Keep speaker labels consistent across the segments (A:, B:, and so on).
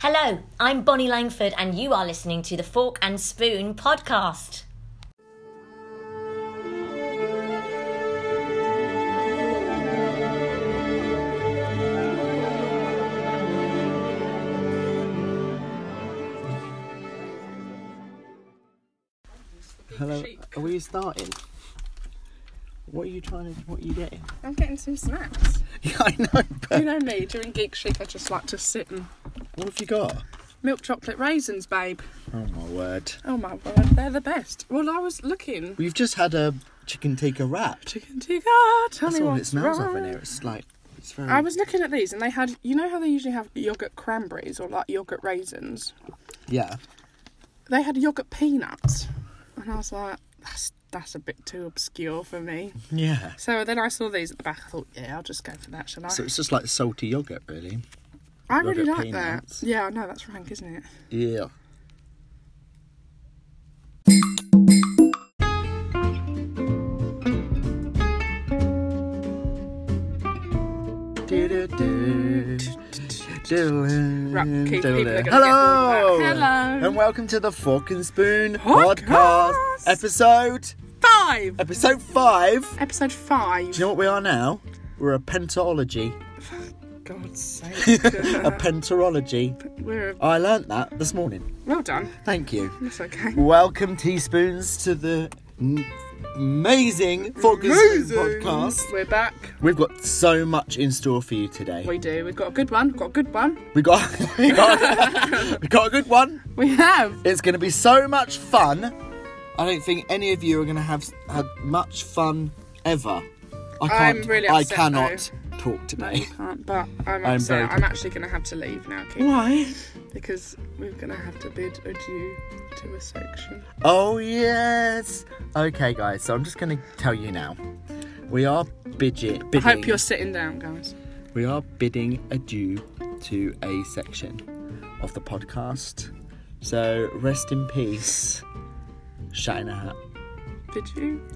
A: Hello, I'm Bonnie Langford, and you are listening to the Fork and Spoon podcast.
B: Hello. Are we starting? What are you trying to? What are you getting?
C: I'm getting some snacks.
B: Yeah, I know. But
C: You know me, during Geek Chic, I just like to sit and
B: what have you got?
C: milk chocolate raisins, babe.
B: Oh my word!
C: Oh my word, they're the best. Well, I was looking.
B: We've just had a chicken tikka wrap.
C: Chicken tikka, tell
B: That's
C: me
B: all it
C: what's
B: smells of
C: wrong.
B: in here. It's like it's very.
C: I was looking at these and they had, you know how they usually have yogurt cranberries or like yogurt raisins?
B: yeah.
C: They had yogurt peanuts. And I was like, that's, that's a bit too obscure for me.
B: Yeah.
C: So then I saw these at the back. I thought, yeah, I'll just go for that, shall I?
B: So it's just like salty yogurt, really.
C: I really
B: yogurt
C: like
B: peanuts.
C: that. Yeah, I know, that's rank, isn't it?
B: Yeah.
C: Right, keep- people are gonna get
B: Hello,
C: bored of that. Hello.
B: and welcome to the Fork and Spoon
C: Podcast.
B: podcast episode
C: Five!
B: episode five.
C: Episode five.
B: Do you know what we are now? We're a pentology,
C: God's sake.
B: a penterology.
C: We're a-
B: I learnt that this morning.
C: well done.
B: Thank you.
C: That's okay.
B: Welcome, teaspoons, to the m- amazing Focus Spoon podcast.
C: We're back.
B: We've got so much in store for you today.
C: We do. We've got a good one. We've got a good one.
B: We got, we got, we got a good one.
C: We have.
B: It's going to be so much fun. I don't think any of you are going to have s- had much fun ever. I
C: I'm
B: can't.
C: really
B: I
C: upset,
B: cannot talk today.
C: You can't, Um, but
B: I'm
C: I'm upset.
B: very-
C: I'm, actually going to have to leave now, Keith,
B: Why?
C: because we're going to have to bid adieu to a section.
B: Oh, yes. Okay, guys, so I'm just going to tell you now. We are bidget, bidding.
C: I hope you're sitting down, guys.
B: We are bidding adieu to a section of the podcast. So rest in peace, Shat in a Hat.
C: Did you?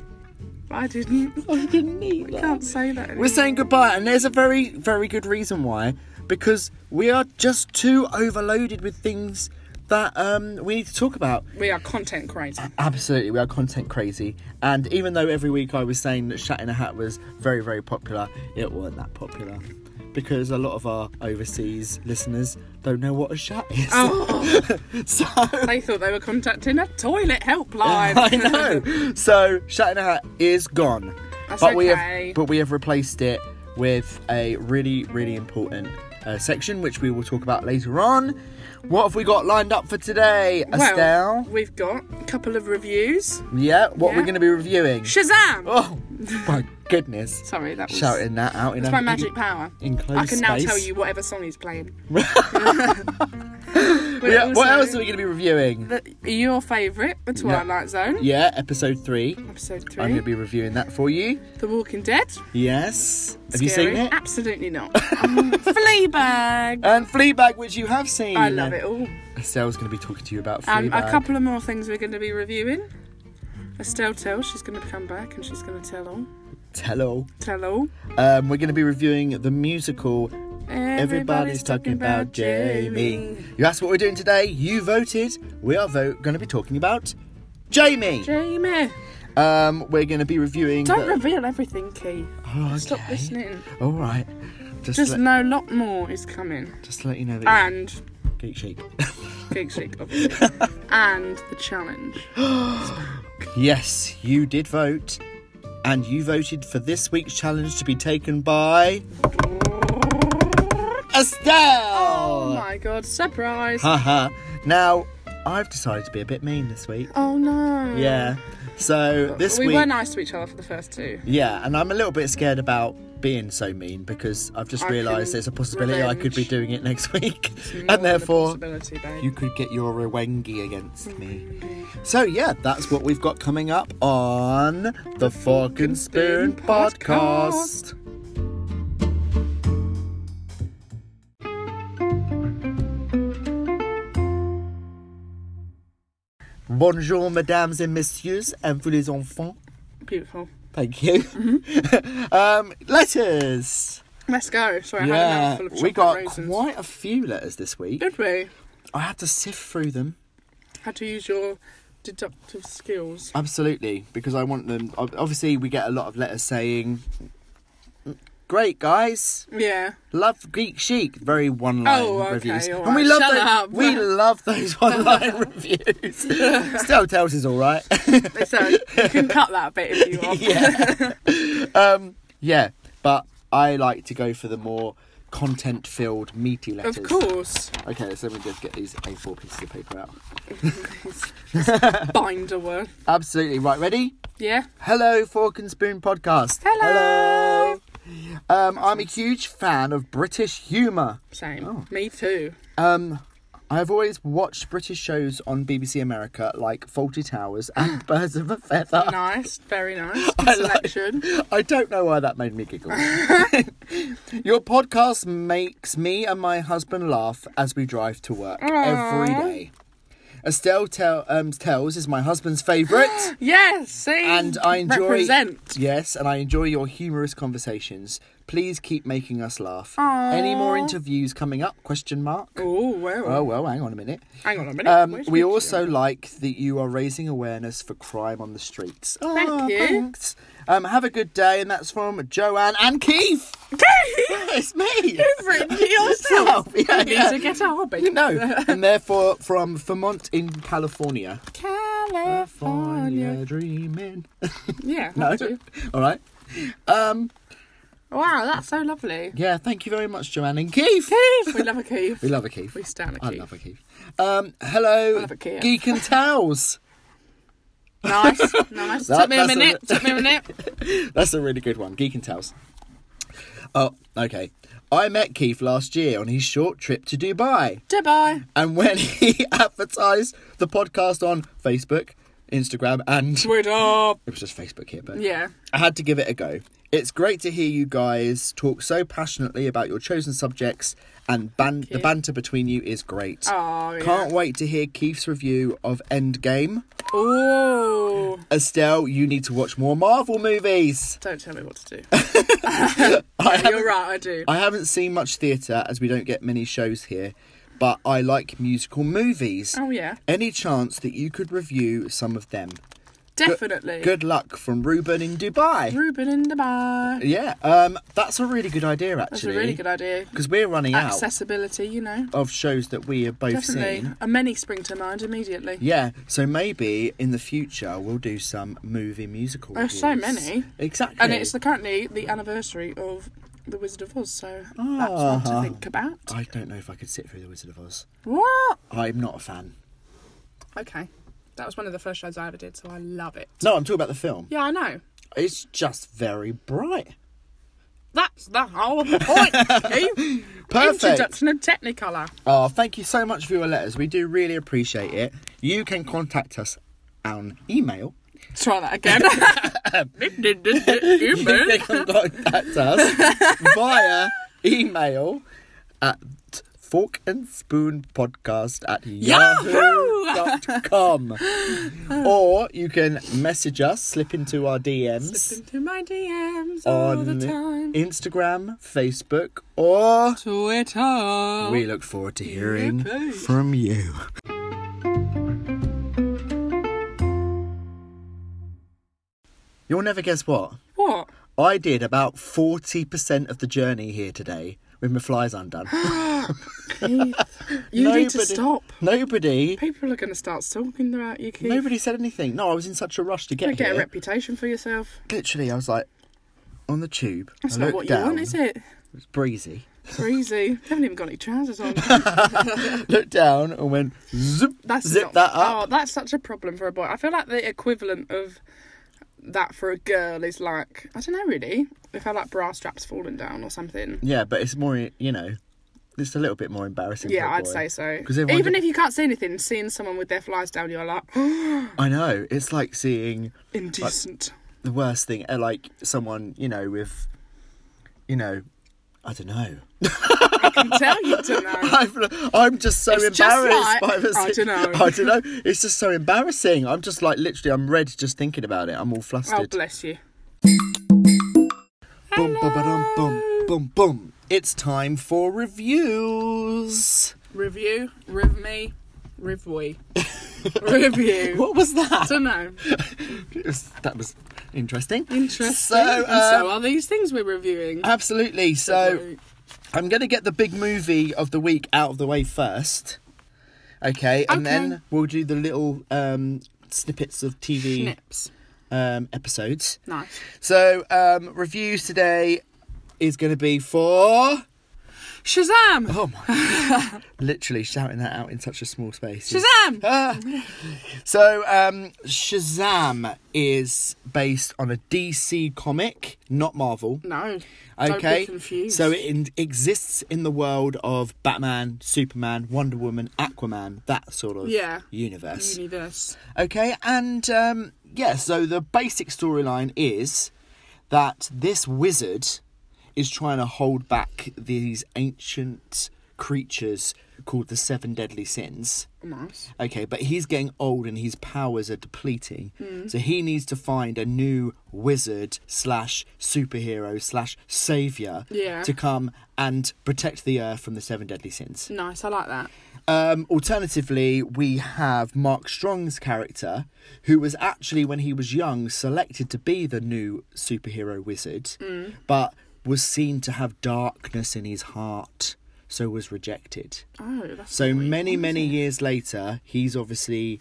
C: I didn't.
B: I Oh, didn't need
C: Can't say that.
B: We're saying goodbye, and there's a very, very good reason why. Because we are just too overloaded with things that um, we need to talk about.
C: We are content crazy.
B: Absolutely, we are content crazy. And even though every week I was saying that Shat in a Hat was very, very popular, it wasn't that popular. Because a lot of our overseas listeners don't know what a shat is.
C: Oh,
B: So
C: they thought they were contacting a toilet helpline.
B: I know. So Shat in a Hat is gone.
C: That's
B: but we
C: okay.
B: have but we have replaced it with a really, really important uh, section which we will talk about later on. What have we got lined up for today,
C: well,
B: Estelle?
C: we've got a couple of reviews.
B: yeah, what we're
C: yeah.
B: gonna be reviewing.
C: Shazam!
B: Oh my goodness.
C: Sorry, that was
B: Shouting that out in
C: It's
B: a-
C: my magic power.
B: in close
C: I can now
B: space.
C: tell you whatever song he's playing.
B: Yeah, what else are we gonna be reviewing?
C: your favourite, The Twilight Zone,
B: Yeah, episode 3
C: episode
B: I'm
C: 3
B: gonna be reviewing that for you.
C: The Walking Dead.
B: Yes. Have you
C: Scary.
B: seen it? Oh,
C: Absolutely not. Oh, Fleabag.
B: And Fleabag, which you have seen.
C: I love it all.
B: Estelle's going to be talking to you about
C: Um,
B: Fleabag.
C: a couple of more things we're going to be reviewing. Estelle Tell, she's going to come back and she's going to tell all.
B: Tell all.
C: Tell all.
B: Um, we're going to be reviewing the musical
C: Everybody's,
B: Everybody's Talking About Jamie. You asked what we're doing today. You voted. We are vo- going to be talking about Jamie.
C: Jamie.
B: Um, we're going to be reviewing.
C: Don't
B: the-
C: reveal everything, Key.
B: Oh,
C: Stop
B: okay.
C: listening.
B: All right. Just,
C: Just
B: let,
C: know a lot more is coming.
B: just to let you know that
C: And
B: you're geek chic.
C: Big Shake, obviously. and the challenge.
B: yes, you did vote. And you voted for this week's challenge to be taken by
C: Oh
B: Estelle.
C: my god, surprise!
B: Haha. now, I've decided to be a bit mean this week.
C: Oh no.
B: Yeah. So this
C: we
B: week,
C: were nice to each other for the first two.
B: yeah, and I'm a little bit scared about being so mean because I've just
C: I
B: realised
C: can-
B: there's a possibility I could be
C: revenge.
B: doing it next week,
C: More
B: and
C: than a
B: therefore
C: possibility, babe.
B: you could get your rewengi against me. So yeah, that's what we've got coming up on the Fork and Spoon
C: Spoon
B: podcast. Bonjour, mesdames et messieurs, and vous les enfants.
C: Beautiful.
B: Thank you. um, letters.
C: Mascara, sorry, I had
B: Yeah,
C: Mm-hmm. a mouthful of
B: we
C: chocolate
B: got
C: raisins.
B: quite a few letters this week.
C: Did we?
B: I had to sift through them.
C: Had to use your deductive
B: Uh,
C: skills.
B: Absolutely, because I want them. ob- Obviously, we get a lot of letters saying, "Great guys,
C: Yeah.
B: love Geek Chic." Very one-line
C: Oh, okay,
B: reviews,
C: all
B: and we
C: right.
B: love
C: Shut
B: those.
C: up.
B: We love those one-line reviews. Still tells is all right.
C: So you can cut that bit if you want.
B: yeah, um, yeah, but I like to go for the more content-filled, meaty letters.
C: Of course.
B: Okay, so let me just get these A4 pieces of paper out.
C: Binder word.
B: Absolutely right. Ready?
C: Yeah.
B: Hello, Fork and Spoon podcast.
C: Hello.
B: Hello. Um, I'm a huge fan of British humour.
C: Same.
B: Oh.
C: Me too.
B: Um, I've always watched British shows on BBC America like Faulty Towers and Birds of a Feather.
C: Nice. Very nice. Good
B: I like-
C: selection.
B: I don't know why that made me giggle. Your podcast makes me and my husband laugh as we drive to work every day. Estelle tell, um, Tells is my husband's favourite.
C: Yes. See.
B: and I enjoy
C: Represent.
B: Yes, and I enjoy your humorous conversations. Please keep making us laugh. Any more interviews coming up? Question mark.
C: Oh well.
B: Oh well, hang on a minute.
C: Hang on a minute.
B: Um,
C: where's
B: we
C: Richard?
B: also like that you are raising awareness for crime on the streets. Oh,
C: Thank you.
B: Thanks. Um, have a good day, and that's from Joanne and Keith. it's me.
C: Bring
B: Self,
C: yourself.
B: yeah,
C: you need
B: Oh, yeah.
C: to get a hobby. Uh,
B: No, and therefore from Vermont in California.
C: California.
B: California dreaming.
C: Yeah.
B: No.
C: that's it.
B: All right. Um,
C: Wow, that's so lovely.
B: Yeah, thank you very much, Joanne and Keith.
C: We love a Keith.
B: We love a Keith.
C: We stand a
B: I
C: Keith.
B: love a Keith. Um, hello,
C: love a Keith.
B: Geek and Towels.
C: Nice, nice.
B: That-
C: took me a
B: that's a-
C: minute. took me a minute.
B: That's a really good one. Geek and Towels. Oh, okay. I met Keith last year on his short trip to Dubai,
C: Goodbye.
B: and when he advertised the podcast on Facebook, Instagram, and it
C: Twitter.
B: was just Facebook here, but
C: Yeah.
B: I had to give it a go. It's great to hear you guys talk so passionately about your chosen subjects, and ban- the banter between you is great.
C: Oh yeah.
B: Can't wait to hear Keith's review of Endgame.
C: Ooh.
B: Estelle, you need to watch more Marvel movies.
C: Don't tell me what to do.
B: I
C: You're
B: haven't,
C: right. I do.
B: I haven't seen much theatre as we don't get many shows here, but I like musical movies.
C: Oh yeah.
B: Any chance that you could review some of them?
C: Definitely.
B: Good luck from Ruben in Dubai.
C: Ruben in the bar.
B: Yeah, um, that's a really good idea actually.
C: That's a really good idea.
B: because we're running out
C: Accessibility, you know.
B: of shows that we have both
C: Definitely.
B: seen.
C: A many spring to mind immediately.
B: Yeah, so maybe in the future we'll do some movie musical.
C: There's so
B: reviews.
C: many.
B: Exactly.
C: And it's the, currently the anniversary of The Wizard of Oz, so that's one to
B: Ah.
C: think about.
B: I don't know if I could sit through The Wizard of Oz.
C: What?
B: I'm not a fan.
C: Okay. That was one of the first shows I ever did, so I love it.
B: No, I'm talking about the film.
C: Yeah, I know.
B: It's just very bright.
C: That's the whole point. Keith.
B: Perfect.
C: Introduction of Technicolor.
B: Oh, thank you so much for your letters. We do really appreciate it. You can contact us on email.
C: Try that again.
B: You
C: Human.
B: can contact us via email at fork and spoon podcast at yahoo.com. or you can message us, slip into our DMs.
C: Into my DMs all
B: on
C: the time.
B: Instagram, Facebook, or
C: Twitter.
B: we look forward to hearing
C: Yippee.
B: from you. You'll never guess what.
C: What?
B: I did about 40% of the journey here today with my flies undone.
C: Keith, you need to
B: Nobody-
C: stop.
B: Nobody
C: People are going to start talking about you, Keith.
B: nobody said anything. No, I was in such a rush to
C: You're
B: get
C: gonna get a
B: here.
C: reputation for yourself.
B: Literally, I was like on the tube.
C: That's
B: I
C: not
B: looked
C: what you
B: down,
C: want, is it?
B: It's breezy.
C: Breezy. you haven't even got any trousers on.
B: looked down and went zip,
C: That's
B: zip
C: not-
B: that up.
C: Oh, that's such a problem for a boy. I feel like the equivalent of that for a girl is like I don't know really. If I like bra straps falling down or something.
B: Yeah, but it's more, you know, it's a little bit more embarrassing.
C: Yeah,
B: for a
C: I'd
B: boy.
C: say so.
B: 'Cause
C: Even
B: everyone ju-
C: if you can't see anything, seeing someone with their flies down, you're like
B: I know. It's like seeing
C: indecent.
B: the worst thing, uh, like someone, you know, with, you know, I don't know.
C: I can tell you don't know.
B: I'm, I'm just so
C: It's just
B: embarrassed
C: like,
B: by this.
C: I dunno.
B: I don't know. It's just so embarrassing. I'm just like literally, I'm red just thinking about it. I'm all
C: Oh
B: flustered.
C: bless you.
B: Bum, ba, ba, dum, bum, boom, boom. It's time for reviews.
C: Review, riv me, riv we. Review.
B: What was that?
C: don't know.
B: It was- that was interesting.
C: Interesting.
B: So, um,
C: and so are these things we're reviewing.
B: Absolutely. So I'm going to get the big movie of the week out of the way first. Okay, and
C: Okay.
B: then we'll do the little um, snippets of TV
C: Nips.
B: um, episodes.
C: Nice.
B: So um, reviews today is going to be for
C: Shazam!
B: oh my, literally shouting that out in such a small space. is-
C: Shazam!
B: Ah. So um, Shazam is based on a DC comic, not Marvel.
C: No. Don't
B: Okay,
C: be confused.
B: so it in- exists in the world of Batman, Superman, Wonder Woman, Aquaman, that sort of
C: Yeah.
B: universe.
C: Universe.
B: Okay, and um, yeah, so the basic storyline is that this wizard is trying to hold back these ancient creatures called the Seven Deadly Sins.
C: Nice.
B: Okay, but he's getting old and his powers are depleting. So he needs to find a new wizard slash superhero slash savior
C: Yeah.
B: to come and protect the earth from the seven deadly sins.
C: Nice. I like that.
B: Um, alternatively, we have Mark Strong's character, who was actually, when he was young, selected to be the new superhero wizard, but was seen to have darkness in his heart, so was rejected.
C: Oh, that's
B: So
C: annoying.
B: many, many years later, he's obviously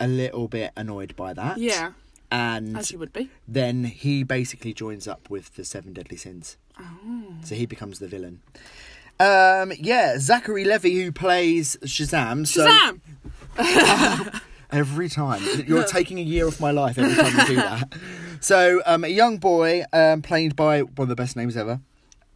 B: a little bit annoyed by that.
C: Yeah.
B: And
C: As you would be.
B: then he basically joins up with the Seven Deadly Sins.
C: Oh.
B: So he becomes the villain. Um, yeah, Zachary Levy, who plays Shazam. So
C: Shazam!
B: Every time. You're taking a year off my life every time you do that. So, um, a young boy, um, played by one of the best names ever,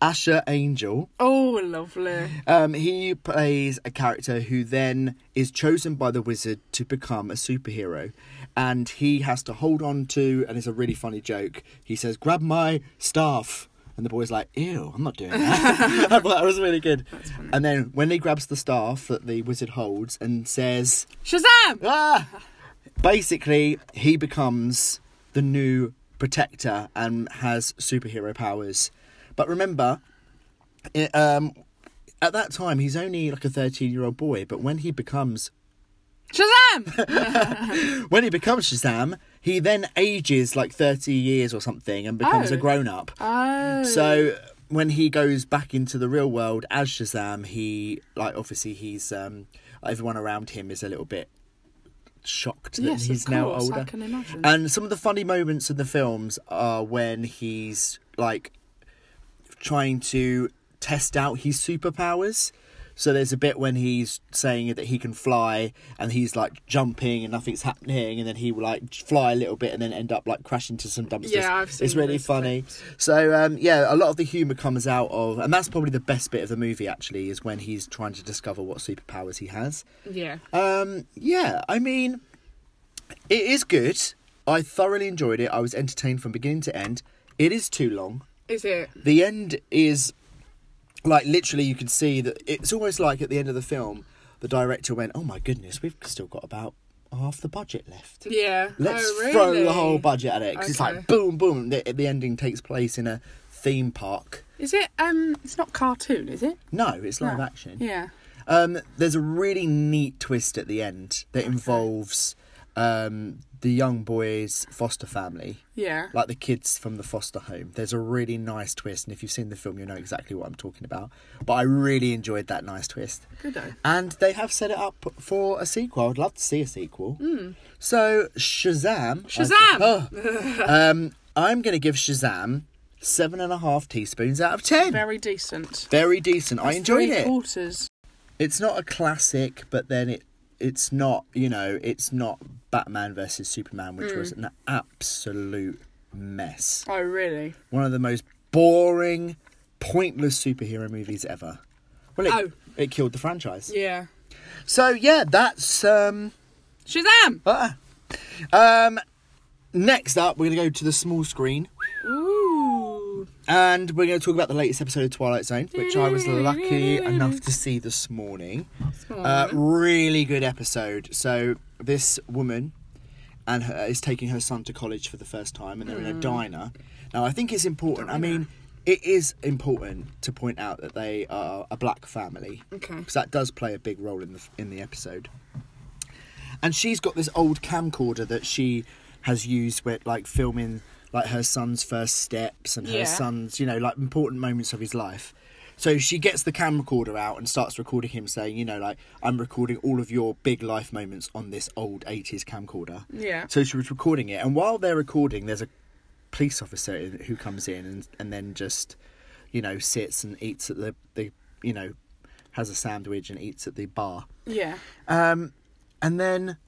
B: Asher Angel.
C: Oh, lovely.
B: Um, he plays a character who then is chosen by the wizard to become a superhero, and he has to hold on to. And it's a really funny joke. He says, "Grab my staff," and the boy's like, "Ew, I'm not doing that." I thought that was really good. And then when he grabs the staff that the wizard holds and says,
C: Shazam!
B: "Ah," basically he becomes the new protector and has superhero powers. But remember, it, um, at that time he's only like a 13 year old boy but when he becomes
C: Shazam!
B: when he becomes shazam he then ages like 30 years or something and becomes
C: Oh.
B: a grown up
C: Oh.
B: so when he goes back into the real world as shazam he like obviously he's um everyone around him is a little bit shocked that
C: Yes, of
B: he's now
C: course, I
B: older
C: can imagine.
B: and some of the funny moments in the films are when he's like trying to test out his superpowers. So there's a bit when he's saying that he can fly and he's like jumping and nothing's happening, and then he will like fly a little bit and then end up like crashing into some dumpsters.
C: Yeah, I've
B: it's
C: seen
B: really
C: those
B: funny. So um, yeah, a lot of the humor comes out of, and that's probably the best bit of the movie actually is when he's trying to discover what superpowers he has.
C: yeah.
B: Um, yeah, I mean, it is good. I thoroughly enjoyed it. I was entertained from beginning to end. It is too long.
C: Is it?
B: The end is like literally, you can see that it's almost like at the end of the film, the director went, "Oh my goodness, we've still got about half the budget left.
C: Yeah.
B: Let's
C: oh, really?
B: throw the whole budget at it." 'Cause it's
C: Okay.
B: like boom, boom. The, the ending takes place in a theme park.
C: Is it? Um, it's not cartoon, is it?
B: No, it's live action.
C: Yeah.
B: Um, there's a really neat twist at the end that involves um, the young boy's foster family,
C: Yeah.
B: like the kids from the foster home. There's a really nice twist, and if you've seen the film, you'll know exactly what I'm talking about. But I really enjoyed that nice twist.
C: Good though.
B: And they have set it up for a sequel. I'd love to see a sequel. So, Shazam. I think-
C: Hmm. Shazam!
B: Oh. um, I'm going to give Shazam seven and a half teaspoons out of ten. Very,
C: Very decent.
B: decent. I enjoyed
C: Three
B: it
C: quarters.
B: it's not a classic, but then it it's not you know it's not Batman versus Superman, which
C: Hmm.
B: was an absolute mess.
C: Oh, really?
B: One of the most boring, pointless superhero movies ever. Well, it,
C: Oh.
B: it killed the franchise.
C: Yeah.
B: So yeah, that's um.
C: Shazam!
B: ah. um next up, we're gonna go to the small screen.
C: Ooh.
B: And we're going to talk about the latest episode of Twilight Zone, which I was lucky enough to see this morning. Uh, really good episode. So this woman and
C: Mm.
B: her, is taking her son to college for the first time, and they're in a diner. Now I think it's important. I mean, it is important to point out that they are a black family.
C: Okay.
B: Because that does play a big role in the in the episode. And she's got this old camcorder that she has used with like filming like her son's first steps and her
C: Yeah.
B: son's, you know, like important moments of his life. So she gets the camcorder out and starts recording him saying, you know, like I'm recording all of your big life moments on this old 80s camcorder.
C: Yeah.
B: So she was recording it, and while they're recording, there's a police officer in- who comes in and, and then just, you know, sits and eats at the, the, you know, has a sandwich and eats at the bar.
C: Yeah.
B: And then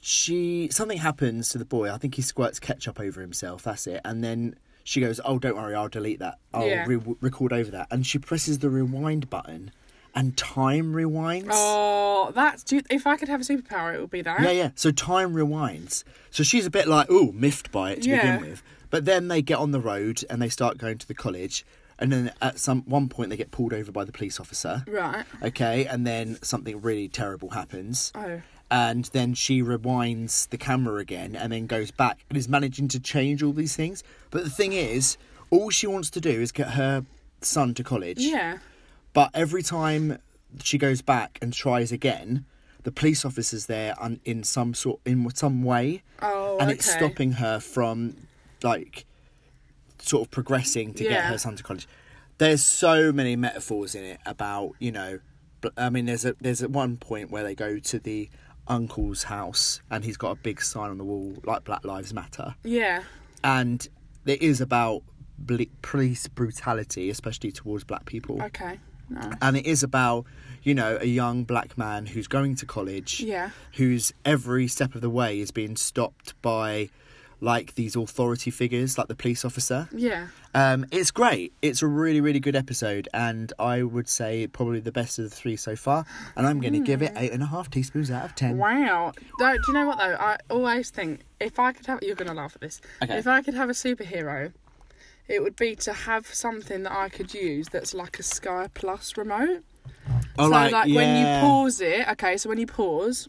B: she, something happens to the boy. I think he squirts ketchup over himself, that's it. And then she goes, Oh, don't worry, I'll delete that. I'll
C: Yeah.
B: re- record over that. And she presses the rewind button, and time rewinds.
C: Oh, that's. Do you- if I could have a superpower, it would be that.
B: Yeah, yeah. So time rewinds. So she's a bit like, ooh, miffed by it to
C: Yeah.
B: begin with. But then they get on the road and they start going to the college. And then at some one point they get pulled over by the police officer.
C: Right.
B: Okay, and then something really terrible happens.
C: Oh.
B: And then she rewinds the camera again and then goes back and is managing to change all these things. But the thing is, all she wants to do is get her son to college.
C: Yeah.
B: But every time she goes back and tries again, the police officer's there and in some sort in some way,
C: Oh,
B: and it's
C: okay.
B: stopping her from like sort of progressing to get
C: Yeah.
B: her son to college. There's so many metaphors in it about you know, but I mean, there's a there's at one point where they go to the uncle's house and he's got a big sign on the wall like Black Lives Matter
C: Yeah.
B: and it is about bl- police brutality especially towards black people
C: Okay. No.
B: and it is about you know a young black man who's going to college
C: Yeah.
B: whose every step of the way is being stopped by like these authority figures like the police officer
C: Yeah.
B: um, it's great it's a really really good episode and i would say probably the best of the three so far and i'm going to give it eight and a half teaspoons out of ten
C: Hmm. Wow. No, do you know what though? I always think if I could have, you're gonna laugh at this.
B: Okay.
C: If I could have a superhero, it would be to have something that I could use that's like a Sky Plus remote.
B: oh,
C: so like, when you
B: yeah.
C: pause it, okay. So when you pause,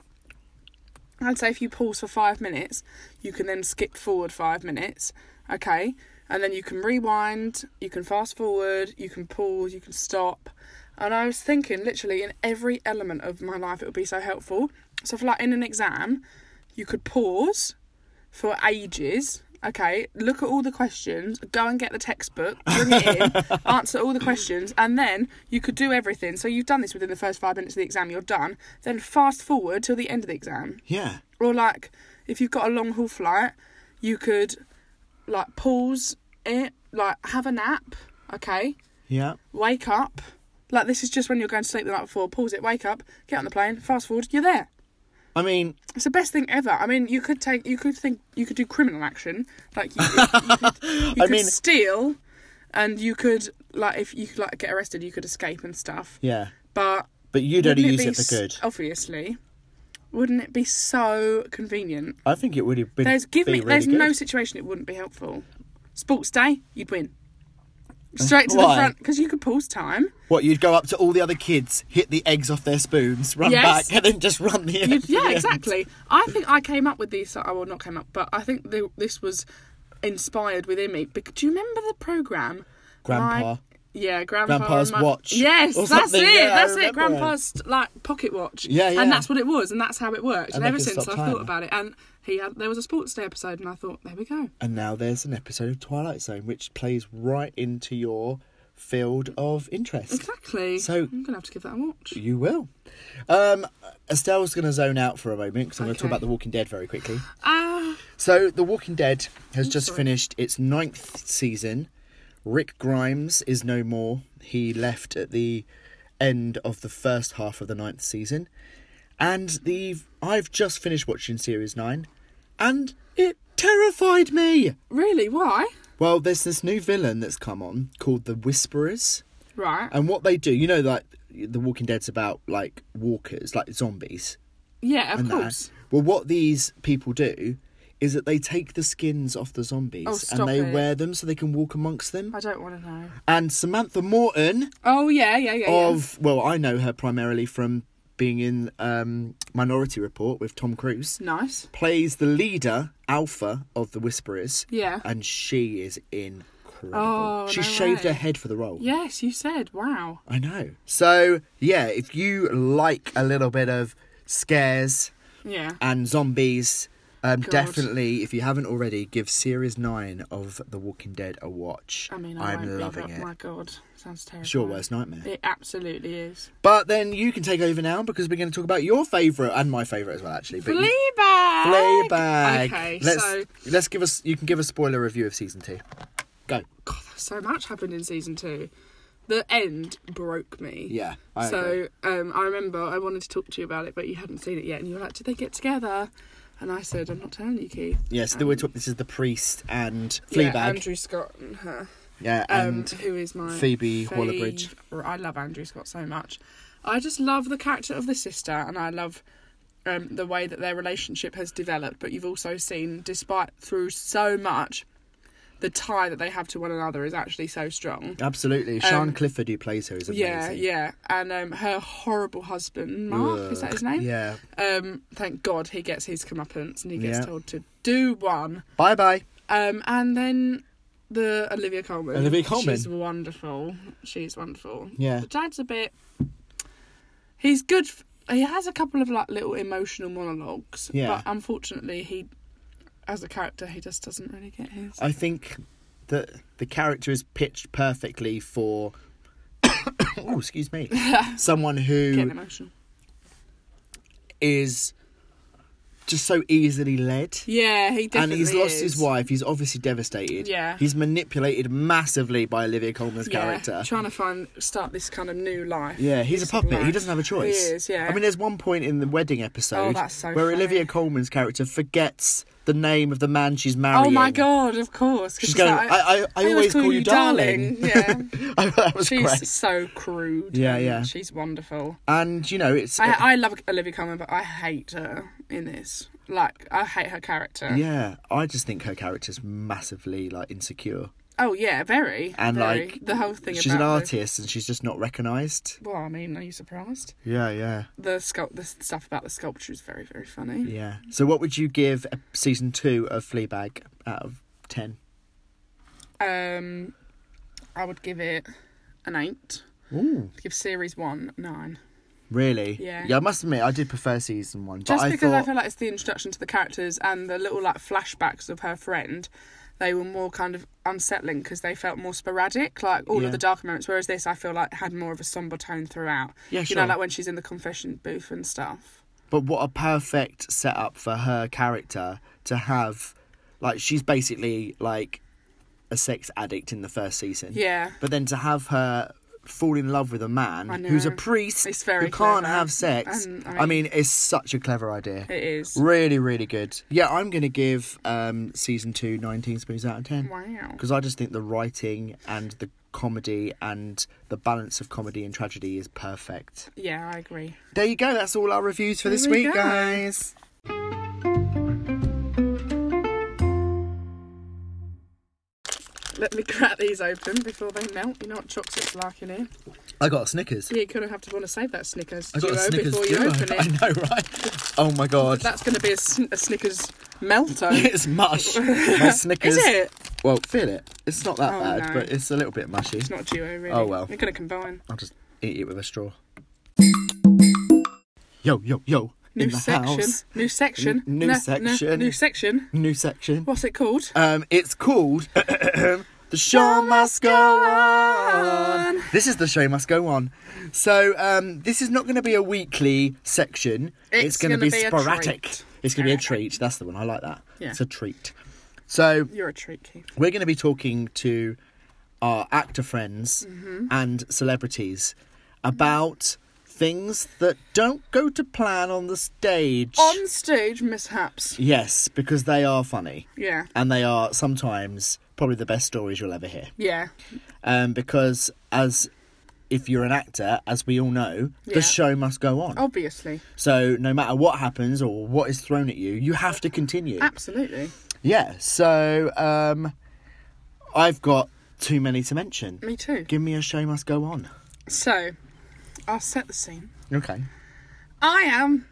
C: I'd say if you pause for five minutes, you can then skip forward five minutes, okay, and then you can rewind, you can fast forward, you can pause, you can stop. And I was thinking, literally, in every element of my life, it would be so helpful. So for like in an exam, you could pause for ages. Okay, look at all the questions, go and get the textbook, bring it in, answer all the questions, and then you could do everything. So you've done this within the first five minutes of the exam, you're done. Then fast forward till the end of the exam.
B: yeah
C: Or like if you've got a long haul flight, you could like pause it, like have a nap, okay?
B: yeah
C: Wake up. Like this is just when you're going to sleep the night before, pause it, wake up, get on the plane, fast forward, you're there.
B: i mean
C: It's the best thing ever. I mean, you could take, you could think, you could do criminal action, like you, you could, you could
B: mean-
C: steal, and you could like if you could like get arrested, you could escape and stuff.
B: yeah
C: But
B: but you'd only use
C: wouldn't be
B: it for
C: s- oh.
B: good
C: Obviously, wouldn't it be so convenient?
B: i think it would have been
C: There's give
B: be
C: me.
B: really
C: there's
B: good.
C: no situation it wouldn't be helpful. Sports day, you'd win. Straight to the
B: Why?
C: front because you could pause time.
B: What you'd go up to all the other kids, hit the eggs off their spoons, run
C: Yes.
B: back, and then just run the
C: You-
B: eggs.
C: yeah, exactly. I think I came up with these. I well, not came up, but I think the, this was inspired within me. Bec- do you remember the program?
B: Grandpa.
C: yeah, grandpa. and
B: Grandpa's
C: my-
B: watch
C: Yes,
B: or
C: that's
B: something.
C: it.
B: Yeah, I
C: that's it.
B: remember it.
C: Grandpa's like pocket watch.
B: Yeah, yeah.
C: And that's what it was, and that's how it worked. And,
B: they
C: ever
B: could
C: since
B: stop
C: I've
B: time.
C: thought about it, and he had there was a sports day episode, and I thought, there we go.
B: And now there's an episode of Twilight Zone, which plays right into your field of interest.
C: Exactly.
B: So-
C: I'm gonna have to give that a watch.
B: You will. Um, Estelle's going to zone out for a moment because I'm going to talk
C: Okay.
B: about The Walking Dead very quickly.
C: Ah,
B: So, The Walking Dead has just finished its ninth season. Rick Grimes is no more. He left at the end of the first half of the ninth season, and the I've just finished watching series nine, and it terrified me.
C: really? Why?
B: Well, there's this new villain that's come on called the Whisperers,
C: Right.
B: and what they do, you know, like The Walking Dead's about like walkers, like zombies
C: yeah, of
B: and that.
C: course.
B: Well, what these people do is that they take the skins off the zombies
C: Oh,
B: and
C: stop
B: they
C: it.
B: wear them so they can walk amongst them.
C: I don't want to know.
B: And Samantha Morton
C: Oh yeah, yeah, yeah. yeah.
B: of well, I know her primarily from being in um, Minority Report with Tom Cruise.
C: Nice.
B: Plays the leader Alpha of the Whisperers.
C: Yeah.
B: and she is incredible. incredible.
C: Oh,
B: she
C: no
B: shaved
C: way.
B: her head for the role.
C: Yes, you said. Wow.
B: I know. So, yeah, if you like a little bit of scares
C: Yeah.
B: and zombies, um,
C: God.
B: definitely, if you haven't already, give Series 9 of The Walking Dead a watch.
C: I mean, I won't
B: I'm
C: be,
B: loving
C: but
B: it.
C: My God, sounds terrible.
B: It's your worst nightmare.
C: It absolutely is.
B: But then you can take over now because we're going to talk about your favourite and my favourite as well, actually. But you-
C: Fleabag.
B: Fleabag.
C: Okay,
B: let's,
C: so
B: let's give us. You can give a spoiler review of season two. Go.
C: so much happened in season two. The end broke me.
B: Yeah. I agree.
C: so um, I remember I wanted to talk to you about it, but you hadn't seen it yet, and you were like, "Did they get together?" And I said, "I'm not telling you, Keith."
B: yeah. So we're talking. This is the priest and
C: um, Yeah,
B: Fleabag.
C: Andrew Scott and her.
B: yeah.
C: um,
B: And
C: who is my
B: Phoebe Waller-Bridge.
C: fav- I love Andrew Scott so much. I just love the character of the sister, and I love um, the way that their relationship has developed. But you've also seen, despite through so much, the tie that they have to one another is actually so strong.
B: absolutely. Sean Clifford, who plays her, is amazing.
C: um, Yeah, yeah, and um, her horrible husband Mark is that his name?
B: Yeah.
C: Um, thank God he gets his comeuppance and he gets
B: Yeah.
C: told to do one.
B: Bye bye.
C: Um, and then the Olivia Colman.
B: Olivia Colman.
C: She's wonderful. She's wonderful.
B: Yeah.
C: The dad's a bit. He's good. f- He has a couple of like little emotional monologues.
B: Yeah.
C: But unfortunately, he, as a character, he just doesn't really get his.
B: I think that the character is pitched perfectly for. oh, excuse me. Someone who
C: Getting emotional.
B: is just so easily led.
C: Yeah, he
B: And
C: definitely.
B: he's lost
C: is.
B: his wife. He's obviously devastated.
C: Yeah.
B: He's manipulated massively by Olivia Colman's character.
C: Trying to find start this kind of new life.
B: Yeah, he's a puppet. He doesn't have a choice.
C: He is, yeah.
B: I mean, there's one point in the wedding episode
C: Oh, that's so
B: where
C: funny.
B: Olivia Colman's character forgets the name of the man she's marrying.
C: Oh my god! Of course. 'cause
B: She's going,
C: like,
B: I, I, I always call, you darling.
C: Yeah.
B: I thought that was
C: She's
B: great.
C: so crude.
B: Yeah,
C: and
B: yeah.
C: She's wonderful.
B: And, you know, it's.
C: I, I love Olivia Colman, but I hate her in this. Like, I hate her character.
B: yeah, I just think her character's massively, like, insecure.
C: Oh yeah, very.
B: And,
C: very.
B: like,
C: the whole thing.
B: she's an
C: about the-
B: artist and she's just not recognised.
C: Well, I mean, are you surprised?
B: Yeah, yeah.
C: The sculpt, the stuff about the sculpture is very, very funny.
B: Yeah. So, what would you give uh, season two of Fleabag out of ten?
C: Um, I would give it an eight.
B: Ooh,
C: I'd give series one nine.
B: really?
C: Yeah.
B: I must admit, I did prefer season one, but
C: Just
B: I
C: because
B: thought
C: I feel like it's the introduction to the characters and the little like flashbacks of her friend, they were more kind of unsettling because they felt more sporadic, like all
B: Yeah.
C: of the darker moments. Whereas this, I feel like had more of a somber tone throughout.
B: Yeah,
C: You
B: sure.
C: know, like when she's in the confession booth and stuff.
B: but what a perfect setup for her character to have. Like, she's basically like a sex addict in the first season.
C: Yeah.
B: But then to have her fall in love with a
C: I
B: man who's a
C: know.
B: priest
C: It's very
B: who can't
C: clever.
B: have sex.
C: And,
B: I,
C: I
B: mean, it's such a clever idea.
C: It is.
B: Really, really good. Yeah, I'm going to give um, season two 19 spoons out of 10.
C: Wow.
B: Because I just think the writing and the comedy and the balance of comedy and tragedy is perfect.
C: Yeah, I agree.
B: There you go. That's all our reviews for this
C: There we
B: week,
C: go.
B: guys.
C: Let me crack these open before they melt. You know what chocolate's like in here.
B: I got a Snickers.
C: Yeah, you could have to want to save that Snickers
B: I got
C: duo
B: a Snickers
C: before
B: duo.
C: you open
B: I
C: it.
B: know, right? Oh my god.
C: That's going to be a, sn- a Snickers melter.
B: It's mush. My Snickers.
C: is it?
B: Well, feel it. It's not that
C: Oh,
B: bad,
C: no.
B: but it's a little bit mushy.
C: It's not a duo, really.
B: Oh, well.
C: They're going to combine.
B: I'll just eat it with a straw. Yo, yo, yo.
C: New
B: in the
C: section.
B: house.
C: New section.
B: N- new
C: Nah, nah,
B: section.
C: new section.
B: New section.
C: What's it called?
B: Um, it's called The Show Must Go On.
C: On.
B: This is The Show Must Go On. So, um, this is not going to be a weekly section. It's,
C: It's
B: going to
C: gonna
B: be,
C: be a
B: sporadic.
C: treat.
B: It's going to be a treat. That's the one. I like that.
C: Yeah.
B: It's a treat. So,
C: You're a treat, Keith.
B: we're going to be talking to our actor friends
C: Mm-hmm.
B: and celebrities about things that don't go to plan on the stage.
C: On stage mishaps.
B: yes, because they are funny
C: Yeah.
B: and they are sometimes probably the best stories you'll ever hear.
C: Yeah.
B: Um, because as if you're an actor, as we all know,
C: Yeah. Oh.
B: the show must go on.
C: Obviously.
B: So no matter what happens or what is thrown at you, you have to continue.
C: Ah. Absolutely.
B: Yeah. So um, I've got too many to mention.
C: Me too.
B: Give me a show must go on.
C: So, I'll set the scene.
B: Okay.
C: I am.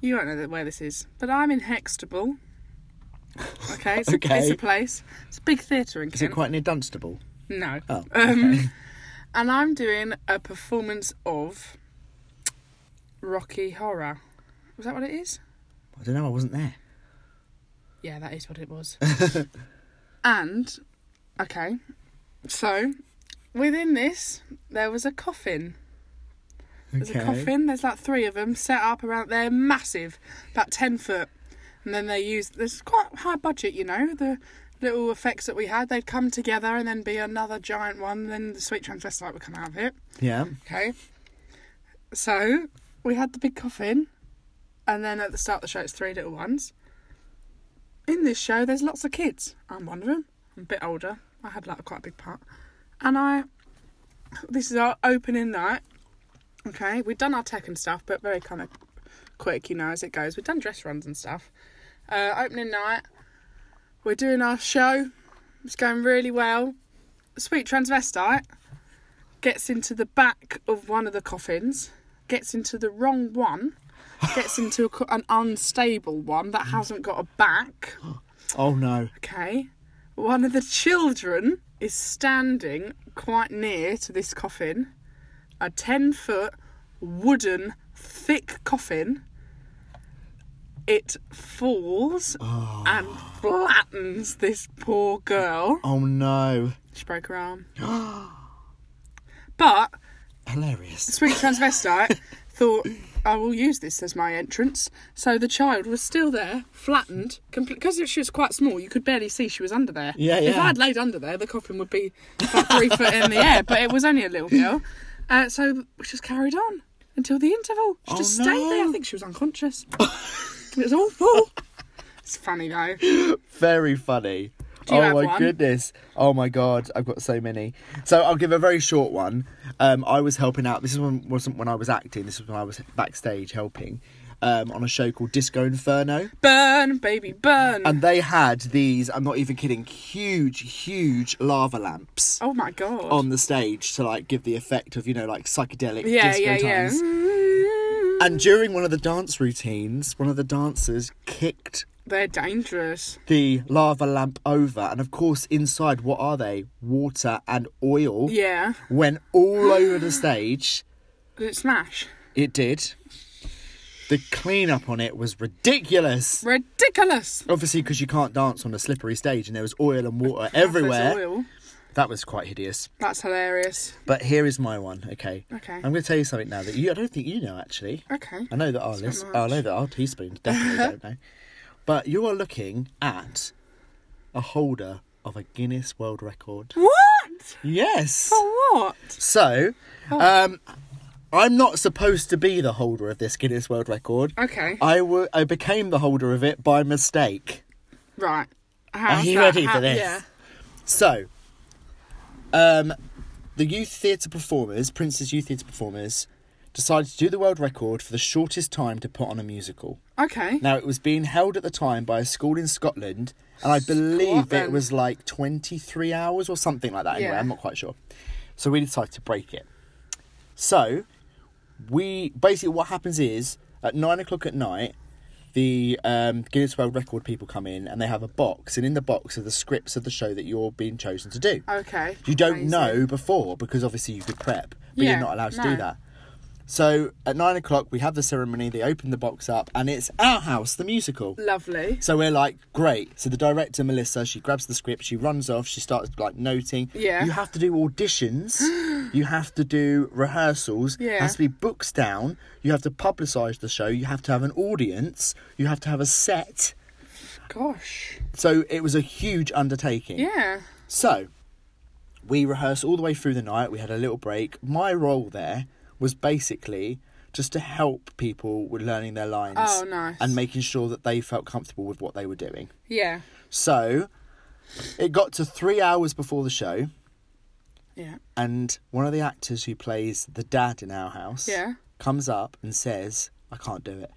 C: You won't know that- where this is, but I'm in Hextable. Okay, it's, A,
B: Okay.
C: it's a place. It's a big theatre in Kent.
B: Is it quite near Dunstable?
C: No.
B: Oh,
C: Um, and I'm doing a performance of Rocky Horror. Was that what it is?
B: I don't know. I wasn't there.
C: Yeah, that is what it was. and, okay, so within this, there was a coffin. There's a coffin, there's like three of them set up around, they're massive, about 10 foot. And then they use, there's quite high budget, you know, the little effects that we had, they'd come together and then be another giant one, then the sweet transvestite would come out of it.
B: Yeah.
C: Okay. So we had the big coffin, and then at the start of the show, it's three little ones. In this show, there's lots of kids. I'm one of them. I'm a bit older. I had like quite a big part, and I. This is our opening night. Okay, we've done our tech and stuff, but very kind of quick, you know, as it goes. We've done dress runs and stuff. Uh, opening night, we're doing our show. It's going really well. Sweet transvestite gets into the back of one of the coffins, gets into the wrong one, gets into a, co- an unstable one that hasn't got a back.
B: Oh no.
C: Okay. One of the children is standing quite near to this coffin, a 10 foot wooden thick coffin. It falls and flattens this poor girl.
B: Oh no.
C: She broke her arm. but
B: Hilarious.
C: sweet transvestite thought I will use this as my entrance. So the child was still there, flattened, because she was quite small. You could barely see she was under there.
B: Yeah,
C: If
B: yeah.
C: I had laid under there, the coffin would be about three foot in the air. But it was only a little girl, uh, so we just carried on until the interval. She
B: Oh,
C: just stayed there.
B: no.
C: I think she was unconscious. it was awful. It's funny though.
B: Very funny.
C: Do you
B: oh
C: have
B: my
C: one?
B: goodness. Oh my god. I've got so many. So I'll give a very short one. Um, I was helping out. This is when, wasn't when I was acting. This was when I was backstage helping um, on a show called Disco Inferno.
C: Burn, baby, burn.
B: And they had these, I'm not even kidding, huge, huge lava lamps.
C: oh my god.
B: on the stage to like give the effect of you know like psychedelic
C: yeah,
B: disco
C: yeah,
B: times.
C: yeah.
B: And during one of the dance routines, one of the dancers kicked
C: They're dangerous.
B: the lava lamp over, and of course inside what are they? Water and oil
C: Yeah.
B: went all over the stage.
C: Did it smash?
B: It did. The cleanup on it was ridiculous.
C: Ridiculous.
B: Obviously, because you can't dance on a slippery stage, and there was oil and water
C: That's
B: everywhere.
C: oil.
B: That was quite hideous.
C: That's hilarious.
B: But here is my one. Okay.
C: Okay.
B: I'm going to tell you something now that you I don't think you know actually.
C: Okay.
B: I know that our list, I know that our teaspoons definitely don't know. But you are looking at a holder of a Guinness World Record.
C: What?
B: Yes.
C: For what?
B: So,
C: Oh.
B: um, I'm not supposed to be the holder of this Guinness World Record.
C: Okay.
B: I wa- I became the holder of it by mistake.
C: Right. How's
B: Are you
C: that?
B: ready for
C: How-
B: this?
C: Yeah.
B: So, um, the youth theatre performers, Prince's youth theatre performers, decided to do the world record for the shortest time to put on a musical.
C: Okay.
B: Now, it was being held at the time by a school in Scotland, and I believe it
C: Scotland.
B: was like 23 hours or something like that. Anyway,
C: Yeah.
B: I'm not quite sure. So we decided to break it. So we basically what happens is at nine o'clock at night, the um, Guinness World Record people come in and they have a box, and in the box are the scripts of the show that you're being chosen to do.
C: Okay.
B: You don't
C: Amazing.
B: know before because obviously you could prep, but
C: Yeah,
B: you're not allowed to do
C: no.
B: that. So at nine o'clock, we have the ceremony, they open the box up, and it's Our House, the musical.
C: Lovely.
B: So we're like, great. So the director, Melissa, she grabs the script, she runs off, she starts like noting.
C: Yeah.
B: You have to do auditions, you have to do rehearsals,
C: Yeah.
B: there has to be books down, you have to publicise the show, you have to have an audience, you have to have a set.
C: Gosh.
B: So it was a huge undertaking.
C: Yeah.
B: So, we rehearsed all the way through the night. We had a little break. My role there was basically just to help people with learning their lines
C: Oh, nice.
B: and making sure that they felt comfortable with what they were doing.
C: Yeah.
B: So, it got to three hours before the show,
C: Yeah.
B: and one of the actors who plays the dad in our house
C: Yeah.
B: comes up and says, I can't do it.